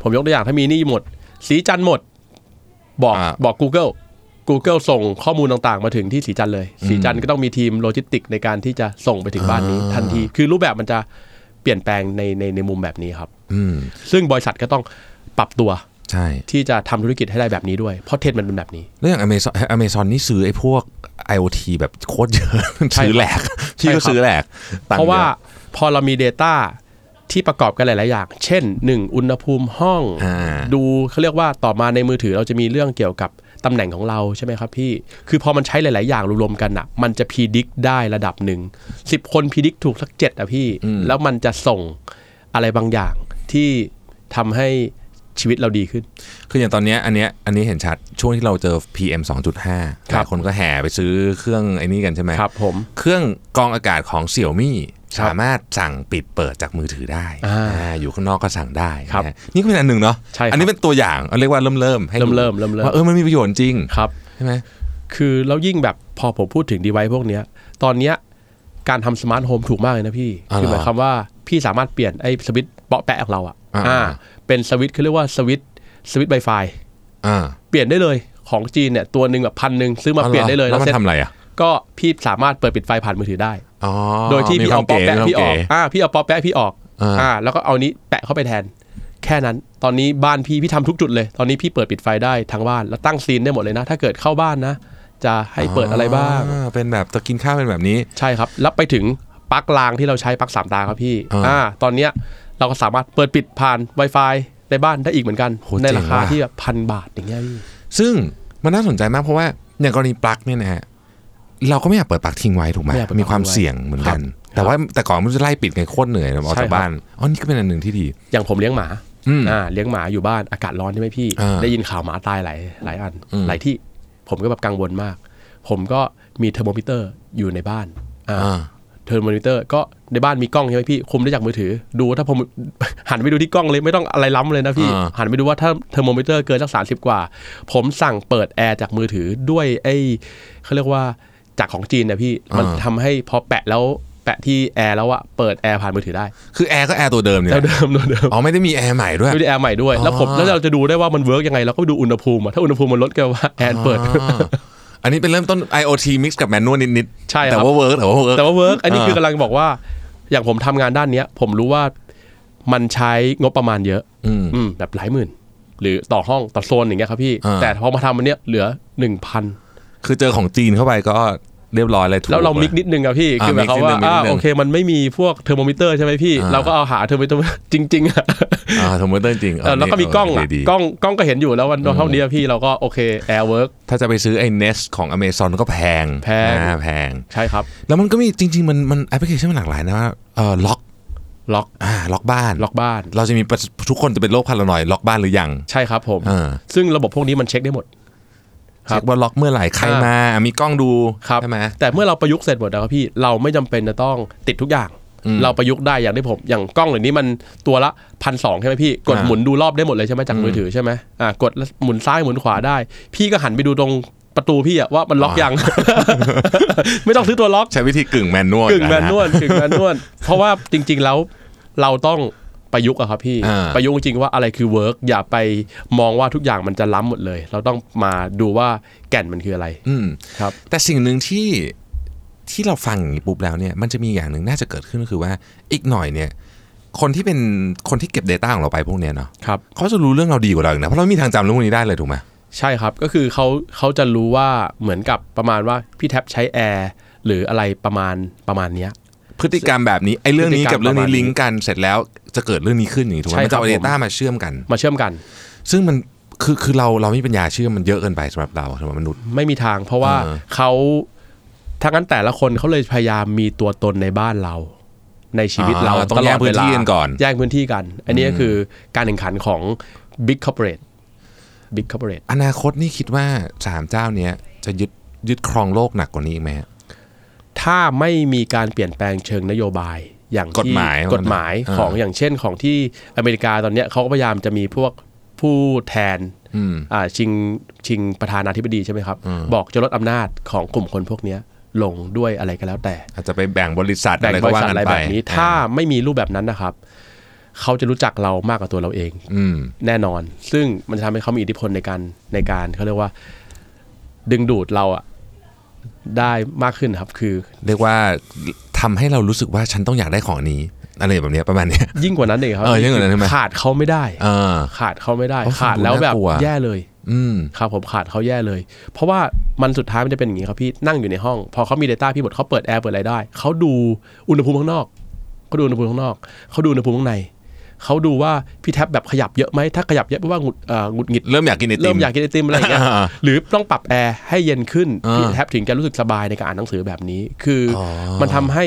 ผมยกตัวอย่างถ้ามีหนี่หมด สีจันทร์หมด บอก
อ่า
บอก Google Google ส่งข้อมูลต่างๆ มาถึงที่สีจันทร์เลย สีจันทร์ก็ต้องมีทีมโลจิสติกส์ในการที่จะส่งไปถึงบ้านนี้ทันที คือรูปแบบมันจะเปลี่ยนแปลงในในในมุมแบบนี้ครับ
อืม
ซึ่งบริษัทก็ต้องปรับตัว
ใช่
ที่จะทำธุรกิจให้ได้แบบนี้ด้วย เพราะเทรนด์มันเป็นแบบนี้
แล้วอย่าง Amazon Amazon นี่ซื้อไอ้พวก IoT แบบโคตรเยอะ ซื้อแหลกพี่ก็
ใช่ครับ
ซื้อแหลกตังค์
เพราะว่า
เยอ
พอเรามี Data ที่ประกอบกันหลาย ๆ อย่าง เช่น 1 อุณหภูมิห้อง
อ่า
ดูเขาเรียกว่าต่อมาในมือถือเราจะมีเรื่องเกี่ยวกับตำแหน่งของเราใช่ไหมครับพี่ คือพอมันใช้หลาย ๆ อย่างรวมๆกันอ่ะ มันจะพีดิกได้ระดับหนึ่ง10 คนพีดิกถูกสักเจ็ดอ่ะพี่ แล้วมันจะส่งอะไรบางอย่างที่ทำให้ชีวิตเราดีขึ้น
ะคืออย่างตอนเนี้ยอันเนี้ยอันนี้เห็นชัดช่วงที่เราเจอ PM 2.5
ค
ห
รับ
ลายคนก็แห่ไปซื้อเครื่องไอ้นี่กันใช่ไหม
ครับผม
เครื่องกรองอากาศของเสี่ยวมี่
ครั
สา
บ
มารถสั่งปิดเปิดจากมือถือได้
อ่า
อ่าอยู่ข้างนอกก็สั่งได้
ครับ
นะฮะนี่ก็เป็นอันหนึ่งเนาะ
ใช่ครับ
อันี้เป็นตัวอย่างเอาเรียกว่าเริ่มเริ่มๆให้ดู
เริ่มๆเริ่มๆ
ว่าเออมันมีประโยชน์จริง
ครับ
ใช่ไหม
คือแล้วยิ่งแบบพอผมพูดถึงดีไว c e พวกเนี้ย ตอนเนี้ยการทำสมาร์ทโฮมถูกมากเลยนะพี่ คือหมายความว่าพี่สามารถเปลี่ยนไอ้สวิตช์เปาะแปะของเราอะอ่า เป็นสวิตช์เขาเรียกว่าสวิตช์สวิตช์ไวไฟ
อ่า
เปลี่ยนได้เลยของจีนเนี่ยตัวหนึ่งแบบพันหนึ่งซื้อมาเปลี่ยนได้เลย
แล้วมั
เซ็
น
ต
ทำอะไรอ่ะ
ก็พี่สามารถเปิดปิดไฟผ่านมือถือได้
อ๋อ
โดยที่
มี
พี่
คว
เอา
ม
เปาะแปะ
มีควม
พี่ออก
เ
อ่าพี่เอาเปาะแปะพี่ออก
อ่า
อ่า แล้วก็เอานี้แปะเข้าไปแทน แค่นั้น ตอนนี้บ้านพี่พี่ทำทุกจุดเลย ตอนนี้พี่เปิดปิดไฟได้ทั้งบ้านแล้วตั้งซีนได้หมดเลยนะ ถ้าเกิดเข้าบ้านนะ จะให้เปิดอะไรบ้าง
อ่เป็นแบบจะกินข้าวเป็นแบบนี้
ใช่ครับ รับไปถึงปลั๊กลางที่เราใช้ปลั๊กสามตาครับพี่
อ่า
อ่าตอนเนี้ยเราก็สามารถเปิดปิดผ่าน Wi-Fi ในบ้านได้อีกเหมือนกัน
โห
ใน
เจ๋ง
ราคา
ว่ะ
ที่แบบพันบาทอย่างเงี้ยพี่
ซึ่งมันน่าสนใจมากเพราะว่าอย่างกรณีปลั๊กเนี่ยนะฮะเราก็ไม่อยากเปิดปลั๊กทิ้งไว้ถูกไหม
ไม่อยากเปิดปลั๊ก
มีความเสี่ยงเหมือนกัน แต่ว่าแต่ก่อนมันจะไล่ปิดไงโคตรเหนื่อยนะออก
ใช่ครั
จาก
บ
บ้านอ๋อนี่ก็เป็นอันหนึ่งที่ดี
อย่างผมเลี้ยงหมา
อืม
อ่าเลี้ยงหมาอยู่บ้านอากาศร้อนใช่ไหมพี่
อ่า
ได้ยินข่าวหมาตายหลายหลายอัน
อืม
หลายที่ผมก็แบบกังวลมาก ผมก็มีเทอร์โมมิเตอร์อยู่ในบ้านอ่า
อ่า
เทอร์โมมิเตอร์ก็ในบ้านมีกล้องใช่ไหมพี่คุมได้จากมือถือ ดูถ้าผม หันไปดูที่กล้องเลยไม่ต้องอะไรล้ำเลยนะพี่
อ่า
หันไปดูว่าถ้าเทอร์โมมิเตอร์เกินสักสามสิบกว่า ผมสั่งเปิดแอร์จากมือถือด้วยไอ้เขาเรียกว่าจากของจีนนะพี่มันทำให้พอแปะแล้วแปะที่แอร์แล้วอะเปิดแอร์ผ่านมือถือได้
คือแอร์ก็แอร์ตัวเดิมเนี่ย
แล้วเดิม เดิม
อ๋อไม่ได้มีแอร์ใหม่ด้วย
ไม่ได้แอร์ใหม่ด้วย แล้วผม
อ๋อ
แล้วเราจะดูได้ว่ามันเวิร์กยังไงเราก็ไปดูอุณหภูมิอะถ้าอุณหภูมิมันลดก็ว่าแอร์เปิด
อ่าอันนี้เป็นเริ่มต้น IoT mix กับแมนนวลนิดๆ
ใช่ครับ
แต่ว่าเวิร์กแต่ว่าเวิร์ก
แต่ว่าเวิร์กอันนี้
อ่า
คือกำลังบอกว่า อย่างผมทำงานด้านเนี้ย ผมรู้ว่ามันใช้งบประมาณเยอะ
อืม
อืมแบบหลายหมื่น หรือต่อห้องต่อโซนอย่างเงี้ยครับพี่
อ่า
แต่พอมาทำอันเนี้ยเหลือหนึ่งพัน
คือเจอของจีนเข้าไปก็เรียบร้อยเลยถูก
แล้วเรา
หมด
มิกนิดนึงอะพี่
อ่า
คือหมายความว่า
mix นิดนึง
อ่า
mix นิดนึง
โอเค มันไม่มีพวกเทอร์โมมิเตอร์ใช่ไหมพี่
อ่า
เราก็เอาหาเทอร์โมมิเตอร์จริงๆอะ
อ่าสมมติจริงๆ
เออแล้วก็มีกล้องอะ
ดีๆ
กล้องกล้องก็เห็นอยู่แล้ววันเท่านี้อะพี่เราก็โอเคแอร์เวิร์ก
ถ้าจะไปซื้อไอ้ Nest ของ Amazon ก็แพง
แพง
อ่าแพง
ใช่ครับ
แล้วมันก็มีจริง ๆ มันมันแอปพลิเคชันมันหลากหลายนะว่าเออล็อก
ล็อก
อ่าล็อกบ้าน
ล็อกบ้าน
เราจะมีประสทุกคนจะเป็นโรคพารานอยด์ล็อกบ้านหรือยัง
ใช่ครับผม
อ่า
ซึ่งระบบพวกนี้มันเช็คได้หมด ครับ
เช็คว่าล็อกเมื่อไหร่ใคร
อ่าม
มา มีกล้องดู
ครับ
ใช่ไหม
แต่เมื่อเราประยุกต์เสร็จหมดแล้วครับพี่ เราไม่จำเป็นจะต้องติดทุกอย่าง
อืม
เราประยุกต์ได้อย่างที่ผม อย่างกล้องเหล่านี้มันตัวละพันสองใช่ไหมพี่ กด
อ่า
หมุนดูรอบได้หมดเลยใช่ไหมจากมือถือใช่ไหมอ่ากดแล้วหมุนซ้ายหมุนขวาได้ พี่ก็หันไปดูตรงประตูพี่อะว่ามันล็อกยัง ไม่ต้องซื้อตัวล็อก
ใช้วิธีกึ่งแมนนวล
กึ่งแมนนว
ะ
ลกึ่งแมนน วลเพราะว่าจริง ๆ แล้วเราต้องประยุกต์อะครับพี่
อ่า
ประยุกต์จริงๆว่าอะไรคือเวิร์กอย่าไปมองว่าทุกอย่างมันจะล้ำหมดเลย เราต้องมาดูว่าแก่นมันคืออะไร
อืม
ครับ
แต่สิ่งหนึ่งที่ที่เราฟังอย่างนี้ปุ๊บแล้วเนี่ยมันจะมีอย่างหนึ่งน่าจะเกิดขึ้นก็คือว่าอีกหน่อยเนี่ย คนที่เป็นคนที่เก็บ Data ของเราไปพวกเนี้ยเนาะ
ครับ
เขาจะรู้เรื่องเราดีกว่าเราอีกนะเพราะเรามีทางจำเรื่องพวกนี้ได้เลยถูกไหม
ใช่ครับก็คือเขาเขาจะรู้ว่าเหมือนกับประมาณว่าพี่แท็บใช้แอร์หรืออะไรประมาณประมาณเนี้ย
พฤติกรรมแบบนี้ไอ้เรื่องนี้
พฤติกร
กั
รม
บเรื่อง
ประ
นี้
มาณนี้
ลิงก์กันเสร็จแล้วจะเกิดเรื่องนี้ขึ้นอย่างนี้ถูกไหม
ใช่
มันจะเอา
ครับ
เด
ผม
ต้ามาเชื่อมกัน
มาเชื่อมกัน
ซึ่งมันคือคือเราเราไม่มีปัญญาเชื่อมมันเยอะเกินไปสำหรับเราสำหรับมนุษย์
ไม่มีทาง เพราะว่า
อ่า
เขาทั้งนั้นแต่ละคนเขาเลยพยายามมีตัวตนในบ้านเรา ในชีวิตเรา
อ่าต้อง
ล
แย
ด
กพื้น
วลา
ที่กันก่อน
แยกพื้นที่กัน อันนี้ก็คือการแข่งขันของ Big Corporate Big Corporate
อนาคตนี่คิดว่าสามเจ้าเนี้ยจะยึดยึดครองโลกหนักกว่านี้อีกไหมฮะ
ถ้าไม่มีการเปลี่ยนแปลงเชิงนโยบายอย่าง
กฎ
ที่
หมาย
กฎหมาย
อ่า
ของอย่างเช่นของที่อเมริกาตอนเนี้ยเขาก็พยายามจะมีพวกผู้แทน
อืม
อ่าชิงชิงประธานาธิบดีใช่ไหมครับ
อืม
บอกจะลดอำนาจของกลุ่มคนพวกเนี้ยลงด้วยอะไรก็แล้วแต่
อาจจะไปแบ่งบริษัท
แบ่
อะ
ง
ไร
บ
ก็
ริ
ว่า
ษัท
กัน
อะไร
ไป
แบบนี้ ถ้าไม่มีรูปแบบนั้นนะครับ เขาจะรู้จักเรามากกว่าตัวเราเอง
อืม
แน่นอน ซึ่งมันจะทำให้เขามีอิทธิพลในการในการเขาเรียกว่า ดึงดูดเราอะได้มากขึ้นครับ คือ
เรียกว่าทำให้เรารู้สึกว่าฉันต้องอยากได้ของนี้อะไรแบบเนี้ยประมาณเนี้ย
ยิ่งกว่านั้นเองครับ
เออยิ่งกว่านั้นใช่ไหม
ขาดเขาไม่ได้
เออ
ขาดเขาไม่ได้
โอ้ฟังดู
ขาดแล้วแบบ
น่ากลัว
แย่เลย
อืม
ครับผมขาดเขาแย่เลย เพราะว่ามันสุดท้ายมันจะเป็นอย่างนี้ครับพี่นั่งอยู่ในห้อง พอเขามี Data พี่บทเขาเปิดแอร์เปิดอะไรได้ เขาดูอุณหภูมิข้างนอกเขาดูอุณหภูมิข้างนอกเขาดูอุณหภูมิข้างในเขาดูว่าพี่แท็บแบบขยับเยอะไหมถ้าขยับเยอะแปลว่าหงุดเอ่อหงุดหงิด
เริ่มอยากกินไอติม
เริ่มอยากกินไอติมอะไรอย่างเงี้ย
อ่า
หรือต้องปรับแอร์ให้เย็นขึ้น
อ่า
พี่แท็บถึงจะรู้สึกสบายในการอ่านหนังสือแบบนี้ คืออ
อ
มันทำให้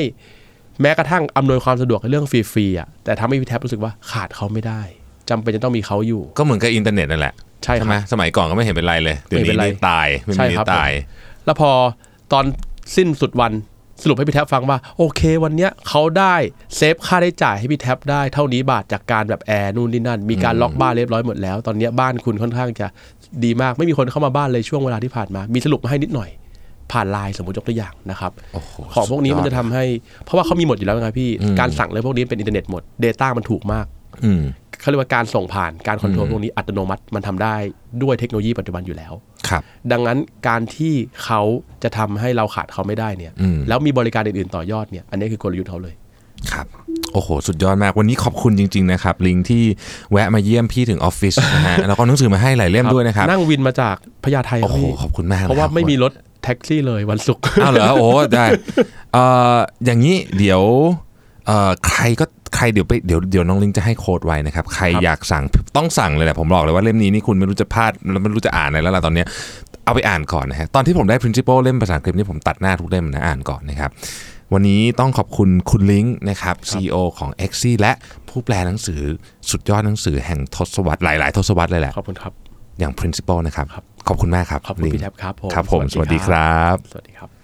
แม้กระทั่งอำนวยความสะดวกในเรื่องฟรีๆอ่ะแต่ทำให้พี่แท็บรู้สึกว่าขาดเขาไม่ได้จำเป็นจะต้องมีเขาอยู่
ก็เหมือนกับอินเทอร์เน็ตนั่นแหละ
ใช่ครับ
ไหมสมัยก่อนก็ไม่เห็นเป็นไรเลยเดี๋ยว
ไม่เป็
นี้
นไร
นี่ตายไม่มีนี่ตาย
ผมแล้วพอตอนสิ้นสุดวันสรุปให้พี่แท็บฟังว่า โอเควันเนี้ยเขาได้เซฟค่าได้จ่ายให้พี่แท็บได้เท่านี้บาทจากการแบบแอร์นู่นนี่นั่น มีการล็อกบ้านเรียบร้อยหมดแล้ว ตอนเนี้ยบ้านคุณค่อนข้างจะดีมากไม่มีคนเข้ามาบ้านเลยช่วงเวลาที่ผ่านมา มีสรุปมาให้นิดหน่อย ผ่านไลน์สมมติยกตัวอย่างนะครับ
โอ้โห
ของพวกนี้
สุดยอด
มันจะทำให้ เพราะว่าเขามีหมดอยู่แล้วนะครับพี่
อืม
การสั่งเลยพวกนี้เป็นอินเทอร์เน็ตหมด Data มันถูกมาก
อืม
เขาเรียกว่าการส่งผ่านการคอนโทรล
อืม
พวกนี้อัตโนมัติมันทำได้ด้วยเทคโนโลยีปัจจุบันอยู่แล้ว
ครับ
ดังนั้นการที่เขาจะทำให้เราขาดเขาไม่ได้เนี่ย
อืม
แล้วมีบริการอื่นๆต่อยอดเนี่ย อันนี้คือกลยุทธ์เขาเลย
ครับ โอ้โห สุดยอดมาก วันนี้ขอบคุณจริง ๆ นะครับ ลิงที่แวะมาเยี่ยมพี่ถึงออฟ ฟิศนะฮะ แล้วก็หนังสือมาให้หลายเล่มด้วยนะครับ
นั่งวินมาจากพญาไทครับ
โอ้โห
พี่
ขอบคุณมากนคบ
เพราะว่าไม่มีรถ แท็กซี่เลยวันศุกร์
อ้าวเหรอโอ้ได้เอ่ออย่างนี้เดี๋ยวเอ่อใครก็ใครเดี๋ยวไปเดี๋ยวเดี๋ยวน้องลิงจะให้โค้ดไว้นะครับ ใคร
ครับ
อยากสั่งต้องสั่งเลยแหละผมบอกเลยว่าเล่มนี้นี่คุณไม่รู้จะพลาดแล้วไม่รู้จะอ่านอะไรแล้วล่ะตอนเนี้ยเอาไปอ่านก่อนนะฮะตอนที่ผมได้ principle เล่มภาษาอังกฤษนี่ผมตัดหน้าทุกเล่มนะอ่านก่อนนะครับ วันนี้ต้องขอบคุณคุณลิงก์นะครับ CEO ของ e x i และผู้แปลหนังสือสุดยอดหนังสือแห่งทศวรรษหลาย ๆ ทศวรรษเลยแหละ
ขอบคุณครับ
อย่าง principle นะครับ
ครับ
ขอบคุณมากครับ
ขอบคุณ
ลิง
พี่
ก์
แท็บครับผม
ครับผมสวัสดีครับ
สวัสดีครับ